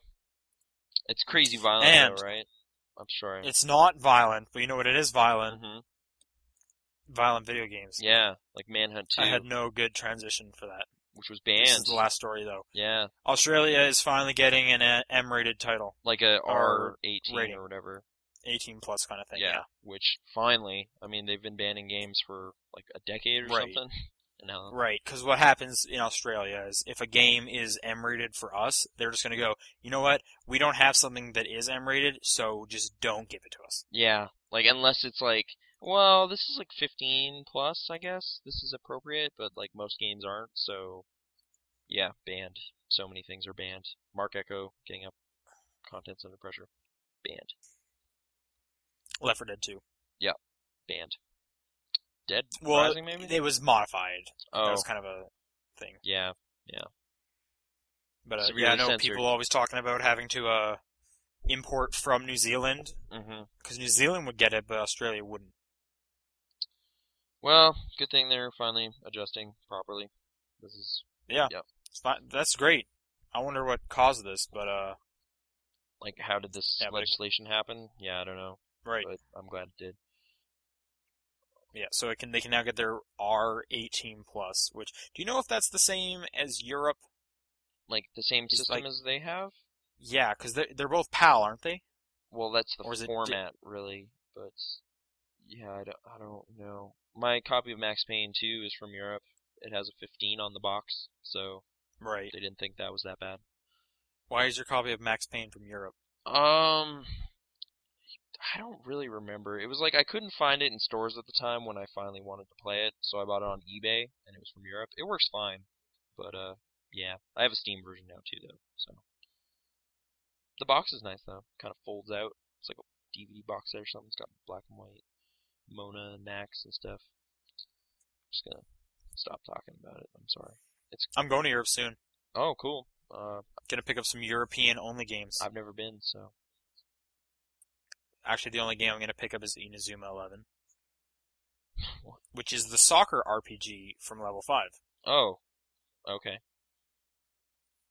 Speaker 1: It's crazy violent,
Speaker 2: And-
Speaker 1: though, right? I'm sorry.
Speaker 2: It's not violent, but you know what? It is violent.
Speaker 1: hmm
Speaker 2: Violent video games.
Speaker 1: Yeah, like Manhunt 2,
Speaker 2: I had no good transition for that.
Speaker 1: which was
Speaker 2: This
Speaker 1: banned.
Speaker 2: is the last story, though.
Speaker 1: Yeah,
Speaker 2: Australia is finally getting an uh, M-rated title,
Speaker 1: like a
Speaker 2: Or
Speaker 1: R18
Speaker 2: rating.
Speaker 1: or whatever.
Speaker 2: 18 plus kind of thing.
Speaker 1: yeah, which finally, I mean, they've been banning games for like a decade or
Speaker 2: Right.
Speaker 1: something. <laughs> And now,
Speaker 2: Right, because what happens in Australia is if a game is M-rated for us, they're just going to go, you know what? We don't have something that is M-rated, so just don't give it to us.
Speaker 1: yeah, like unless it's like, well, this is like 15 plus, I guess this is appropriate, but like most games aren't. So, yeah, banned. So many things are banned. Mark Echo getting up, contents under pressure, banned.
Speaker 2: Left 4 Dead 2.
Speaker 1: banned. Dead
Speaker 2: Well,
Speaker 1: Rising, maybe?
Speaker 2: It was modified. That
Speaker 1: oh,
Speaker 2: was kind of a thing.
Speaker 1: yeah.
Speaker 2: But uh,
Speaker 1: It's
Speaker 2: yeah, I
Speaker 1: really
Speaker 2: know
Speaker 1: censored.
Speaker 2: people always talking about having to uh, import from New Zealand
Speaker 1: hmm
Speaker 2: because New Zealand would get it, but Australia wouldn't.
Speaker 1: Well, good thing they're finally adjusting properly. This is
Speaker 2: It's fine. That's great. I wonder what caused this, but uh,
Speaker 1: like, how did this
Speaker 2: Yeah, but it-
Speaker 1: legislation happen? Yeah, I don't know,
Speaker 2: right,
Speaker 1: but I'm glad it did.
Speaker 2: yeah. So it can they can now get their R eighteen plus. Which do you know if that's the same as Europe?
Speaker 1: Like the same
Speaker 2: It's
Speaker 1: system
Speaker 2: like-
Speaker 1: as they have.
Speaker 2: Yeah, because they're they're both PAL, aren't they?
Speaker 1: Well, that's the
Speaker 2: Or is it di-
Speaker 1: format, really. But yeah, I don't, I don't know. My copy of Max Payne 2 is from Europe. It has a 15 on the box, so
Speaker 2: Right.
Speaker 1: they didn't think that was that bad.
Speaker 2: Why is your copy of Max Payne from Europe?
Speaker 1: Um, I don't really remember. It was like I couldn't find it in stores at the time when I finally wanted to play it, so I bought it on eBay, and it was from Europe. It works fine, but uh, yeah, I have a Steam version now too, though. So the box is nice though. Kind of folds out. It's like a DVD box set or something. It's got black and white Mona and Max and stuff. just gonna stop talking about it. I'm sorry.
Speaker 2: I'm going to Europe soon.
Speaker 1: Oh, cool. Uh,
Speaker 2: Gonna pick up some European only games.
Speaker 1: I've never been, so
Speaker 2: Actually, the only game I'm gonna pick up is Inazuma Eleven,
Speaker 1: What?
Speaker 2: which is the soccer RPG from Level Five.
Speaker 1: oh, okay.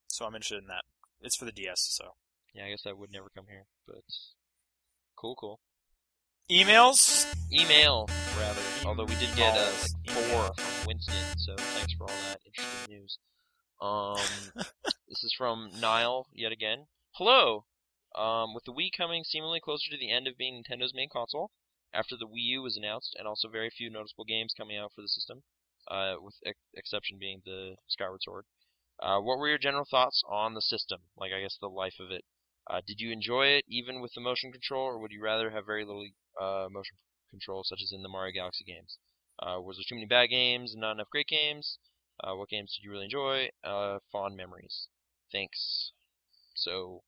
Speaker 2: So I'm interested in that. It's for the DS. So
Speaker 1: Yeah, I guess that would never come here, but cool, cool.
Speaker 2: emails.
Speaker 1: Email rather, although we did get uh,
Speaker 2: Emails.
Speaker 1: like four from Winston, so thanks for all that interesting news. Um, this is from Niall yet again. Hello. Um, with the Wii coming seemingly closer to the end of being Nintendo's main console, after the Wii U was announced, and also very few noticeable games coming out for the system, uh, with ex- exception being the Skyward Sword. Uh, what were your general thoughts on the system? Like, I guess the life of it. Uh, did you enjoy it even with the motion control, or would you rather have very little uh, motion control, such as in the Mario Galaxy games? Uh, was there too many bad games and not enough great games? Uh, what games did you really enjoy? Uh, fond memories. Thanks. So,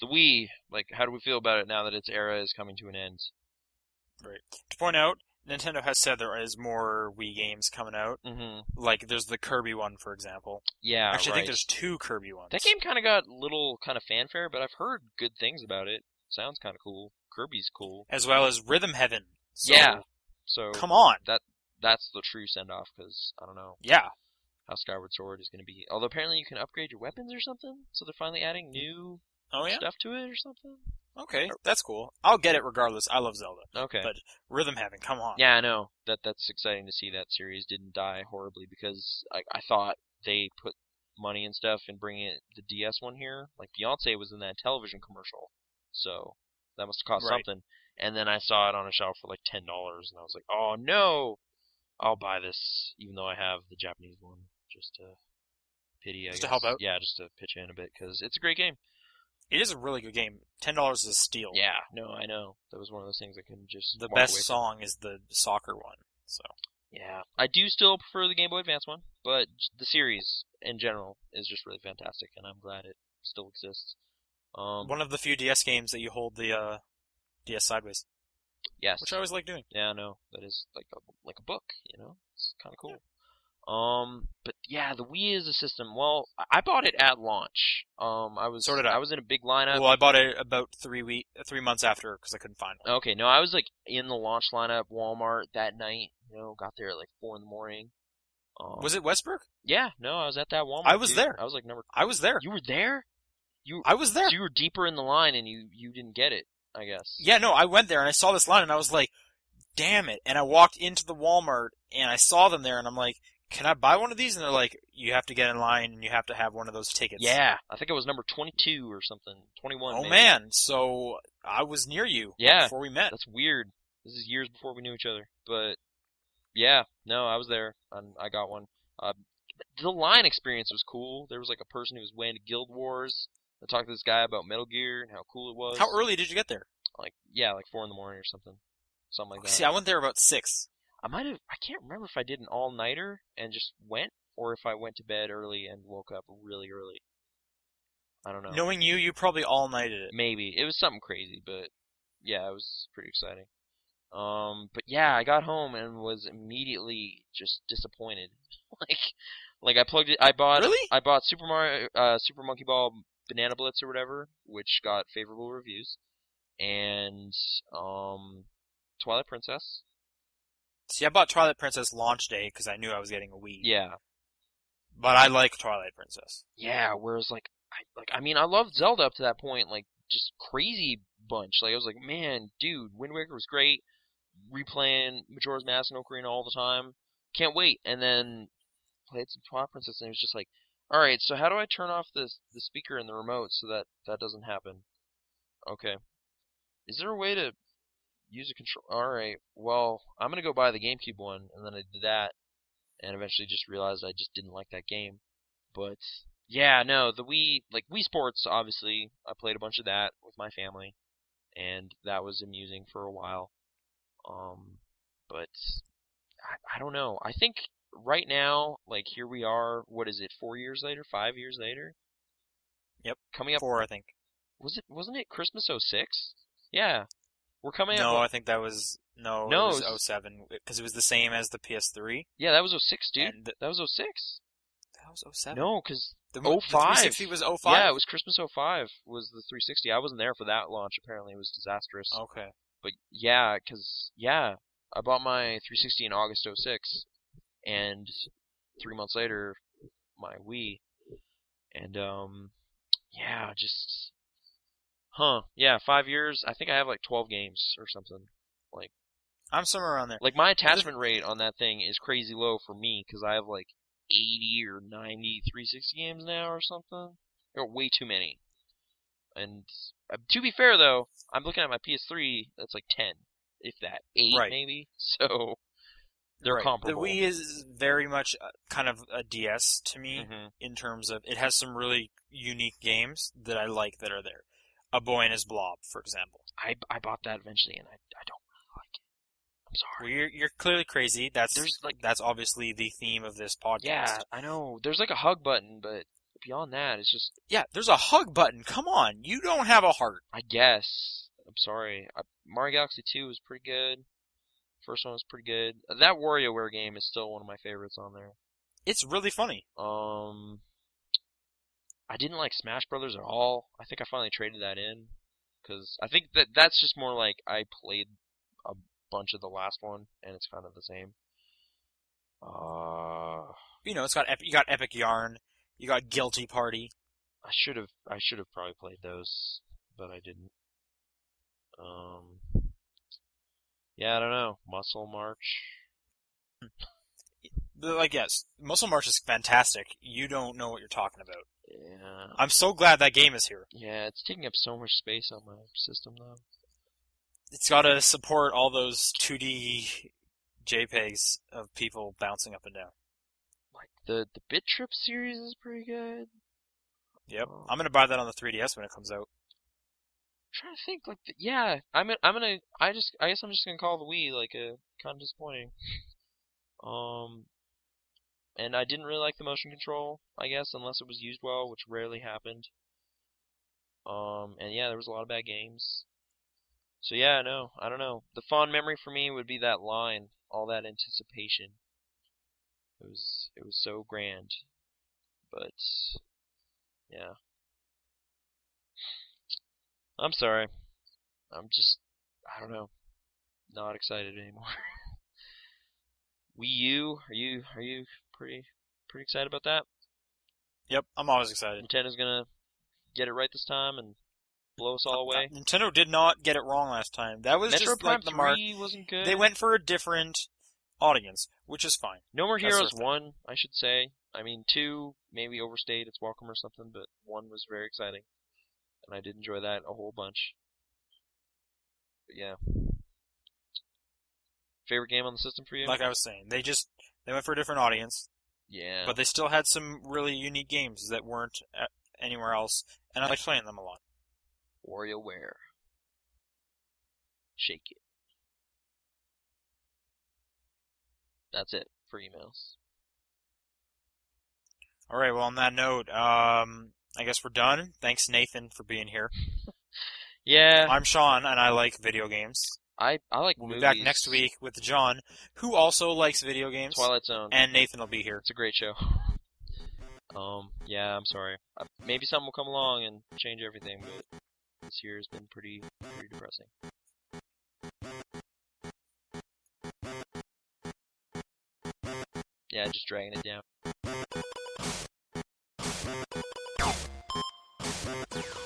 Speaker 1: the Wii, like, how do we feel about it now that its era is coming to an end?
Speaker 2: To point out, Nintendo has said there is more Wii games coming out.
Speaker 1: Mm-hmm.
Speaker 2: Like there's the Kirby one, for example.
Speaker 1: Yeah,
Speaker 2: Actually, I
Speaker 1: Ah, right.
Speaker 2: think there's two Kirby ones.
Speaker 1: That game kind of got little kind of fanfare, but I've heard good things about it. Sounds kind of cool. Kirby's cool.
Speaker 2: as well as Rhythm Heaven. So,
Speaker 1: Yeah. So
Speaker 2: Come on.
Speaker 1: that's the true send off because I don't know
Speaker 2: Yeah.
Speaker 1: how Skyward Sword is going to be. Although apparently you can upgrade your weapons or something, so they're finally adding new
Speaker 2: Mm. Oh yeah.
Speaker 1: stuff to it or something.
Speaker 2: Okay,
Speaker 1: er,
Speaker 2: that's cool. I'll get it regardless. I love Zelda.
Speaker 1: Okay.
Speaker 2: But- Rhythm Heaven. Come on.
Speaker 1: yeah, I know that that's exciting to see that series didn't die horribly because I, I thought they put money and stuff in bringing it, the DS one here. Like Beyonce was in that television commercial, so that must have cost
Speaker 2: Right.
Speaker 1: something. And then I saw it on a shelf for like ten dollars, and I was like, "Oh no, I'll buy this," even though I have the Japanese one just to pity. I
Speaker 2: Just to
Speaker 1: guess.
Speaker 2: help out?
Speaker 1: Yeah, just to pitch in a bit because it's a great game.
Speaker 2: It is a really good game. Ten dollars is a steal.
Speaker 1: Yeah, no, I know that was one of those things I couldn't just
Speaker 2: The
Speaker 1: walk away
Speaker 2: best
Speaker 1: from.
Speaker 2: song is the soccer one. So
Speaker 1: Yeah, I do still prefer the Game Boy Advance one, but j- the series in general is just really fantastic, and I'm glad it still exists. Um,
Speaker 2: One of the few DS games that you hold the uh, DS sideways,
Speaker 1: yes,
Speaker 2: which I always like doing.
Speaker 1: yeah, no, that is like a like a book, you know, it's kind of cool. Um, but yeah, the Wii is a system. Well, I- I bought it at launch. Um, I was
Speaker 2: So did I.
Speaker 1: I was in a big lineup.
Speaker 2: Well, I bought it about three week, three months after because I couldn't find one.
Speaker 1: Okay, no, I was like in the launch lineup, Walmart that night. You know, got there at like four in the morning. Um,
Speaker 2: Was it Westbrook?
Speaker 1: Yeah, no, I was at that Walmart.
Speaker 2: I was
Speaker 1: dude.
Speaker 2: there.
Speaker 1: I was like number.
Speaker 2: I was there.
Speaker 1: You were there. You
Speaker 2: I was there.
Speaker 1: So you were deeper in the line and you you didn't get it, I guess.
Speaker 2: Yeah, no, I went there and I saw this line and I was like, damn it. And I walked into the Walmart and I saw them there and I'm like, can I buy one of these? And they're like, you have to get in line and you have to have one of those tickets.
Speaker 1: Yeah, I think it was number 22 or something, 21.
Speaker 2: Oh
Speaker 1: maybe.
Speaker 2: man, so I was near you
Speaker 1: Yeah.
Speaker 2: before we met.
Speaker 1: that's weird. This is years before we knew each other, but yeah, no, I was there and I got one. Um, the line experience was cool. There was like a person who was way into Guild Wars. I talked to this guy about Metal Gear and how cool it was.
Speaker 2: How early did you get there?
Speaker 1: Like yeah, like four in the morning or something, something like that.
Speaker 2: See, I went there about six.
Speaker 1: I might have. I can't remember if I did an all nighter and just went, or if I went to bed early and woke up really early. I don't know.
Speaker 2: Knowing you, you probably all nighted it.
Speaker 1: Maybe it was something crazy, but yeah, it was pretty exciting. Um, but yeah, I got home and was immediately just disappointed. <laughs> like, like I plugged it. I bought.
Speaker 2: Really?
Speaker 1: I bought Super Mario, uh, Super Monkey Ball Banana Blitz or whatever, which got favorable reviews, and um, Twilight Princess.
Speaker 2: See, I bought Twilight Princess launch day because I knew I was getting a Wii.
Speaker 1: Yeah,
Speaker 2: But I like Twilight Princess.
Speaker 1: Yeah, whereas like I like I mean I loved Zelda up to that point, like just crazy bunch. Like I was like, man, dude, Wind Waker was great. Replaying Majora's Mask and Ocarina all the time. Can't wait. And then played some Twilight Princess and it was just like, all right, so how do I turn off this the speaker and the remote so that that doesn't happen? Okay. Is there a way to use a control? All right. Well, I'm gonna go buy the GameCube one, and then I did that, and eventually just realized I just didn't like that game. But yeah, no, the Wii like Wii Sports obviously I played a bunch of that with my family and that was amusing for a while. Um but I, I don't know. I think right now, like here we are, what is it, four years later, five years later?
Speaker 2: Yep.
Speaker 1: Coming up
Speaker 2: Four, I think.
Speaker 1: was it wasn't it Christmas '06? Yeah. We're coming
Speaker 2: no,
Speaker 1: up
Speaker 2: I think that was no,
Speaker 1: No,
Speaker 2: it
Speaker 1: it was-
Speaker 2: was 07 because it was the same as the PS3.
Speaker 1: Yeah, that was '06, dude.
Speaker 2: And the-
Speaker 1: that was '06.
Speaker 2: that was 07.
Speaker 1: No, oh cuz
Speaker 2: The,
Speaker 1: mo- the 360
Speaker 2: 360 was 05?
Speaker 1: yeah, it was Christmas '05 was the 360. I wasn't there for that launch apparently. It was disastrous.
Speaker 2: Okay.
Speaker 1: but yeah, 'cause yeah, I bought my 360 in August 06, and three months later, my Wii, and um, yeah, just huh, yeah, five years. I think I have like 12 games or something.
Speaker 2: I'm somewhere around there.
Speaker 1: Like my attachment rate on that thing is crazy low for me 'cause I have like 80 or 90 360 games now or something. There are way too many. And uh, to be fair though, I'm looking at my PS3. That's like 10, if that, eight
Speaker 2: Right.
Speaker 1: maybe. <laughs> So they're
Speaker 2: Right.
Speaker 1: comparable.
Speaker 2: The Wii is very much uh, kind of a DS to me
Speaker 1: Mhm.
Speaker 2: in terms of it has some really unique games that I like that are there. A Boy and His Blob, for example.
Speaker 1: I I bought that eventually, and I I don't really like it. I'm sorry.
Speaker 2: Well, you're, you're clearly crazy. That's
Speaker 1: There's, like-
Speaker 2: that's obviously the theme of this podcast.
Speaker 1: Yeah, I know. There's like a hug button, but beyond that, it's just
Speaker 2: Yeah, there's a hug button. Come on. You don't have a heart.
Speaker 1: I guess. I'm sorry. I, Mario Galaxy 2 was pretty good. First one was pretty good. That WarioWare game is still one of my favorites on there.
Speaker 2: It's really funny.
Speaker 1: Um, I didn't like Smash Brothers at all. I think I finally traded that in because I think that that's just more like I played a bunch of the last one and it's kind of the same. Uh,
Speaker 2: You know, it's got ep- you got Epic Yarn, you got Guilty Party.
Speaker 1: I should have I should have probably played those, but I didn't. Um, yeah, I don't know. Muscle March.
Speaker 2: But, Like yes, Muscle March is fantastic. You don't know what you're talking about.
Speaker 1: Yeah,
Speaker 2: I'm so glad that game is here.
Speaker 1: yeah, it's taking up so much space on my system though.
Speaker 2: It's got to support all those 2D JPEGs of people bouncing up and down.
Speaker 1: Like the the Bit Trip series is pretty good.
Speaker 2: Yep.
Speaker 1: Oh.
Speaker 2: I'm going to buy that on the 3DS when it comes out.
Speaker 1: trying to think like th- yeah i'm gonna- i'm gonna i just i guess i'm just gonna call the wii like a kind of disappointing uh, Um, and I didn't really like the motion control, I guess, unless it was used well, which rarely happened. Um, and yeah, there was a lot of bad games. So yeah, no, I don't know. The fond memory for me would be that line, all that anticipation. It was it was so grand, but yeah. I'm sorry. I'm just I don't know. Not excited anymore. <laughs> Wii U, are you are you pretty pretty excited about that?
Speaker 2: Yep, I'm always excited.
Speaker 1: Nintendo's gonna get it right this time and blow us all away.
Speaker 2: Uh, Nintendo did not get it wrong last time. That was
Speaker 1: Metro
Speaker 2: just
Speaker 1: Prime
Speaker 2: like the mark.
Speaker 1: 3 wasn't good.
Speaker 2: They went for a different audience, which is fine.
Speaker 1: No More
Speaker 2: That's their
Speaker 1: Heroes
Speaker 2: thing.
Speaker 1: one, I should say. I mean two maybe overstayed its welcome or something, but one was very exciting, and I did enjoy that a whole bunch. But yeah. Favorite game on the system for you?
Speaker 2: Like I was saying, they just they went for a different audience,
Speaker 1: yeah.
Speaker 2: but they still had some really unique games that weren't uh, anywhere else, and I liked playing them a lot.
Speaker 1: WarioWare. Shake it. That's it for emails.
Speaker 2: All right, well, on that note, um, I guess we're done. Thanks, Nathan, for being here.
Speaker 1: Yeah,
Speaker 2: I'm Sean, and I like video games.
Speaker 1: I I like
Speaker 2: We'll be
Speaker 1: movies.
Speaker 2: back next week with John, who also likes video games,
Speaker 1: Twilight Zone.
Speaker 2: and Nathan will be here.
Speaker 1: It's a great show. <laughs> Um, yeah, I'm sorry. Uh, Maybe something will come along and change everything, but this year has been pretty pretty depressing. Yeah, just dragging it down.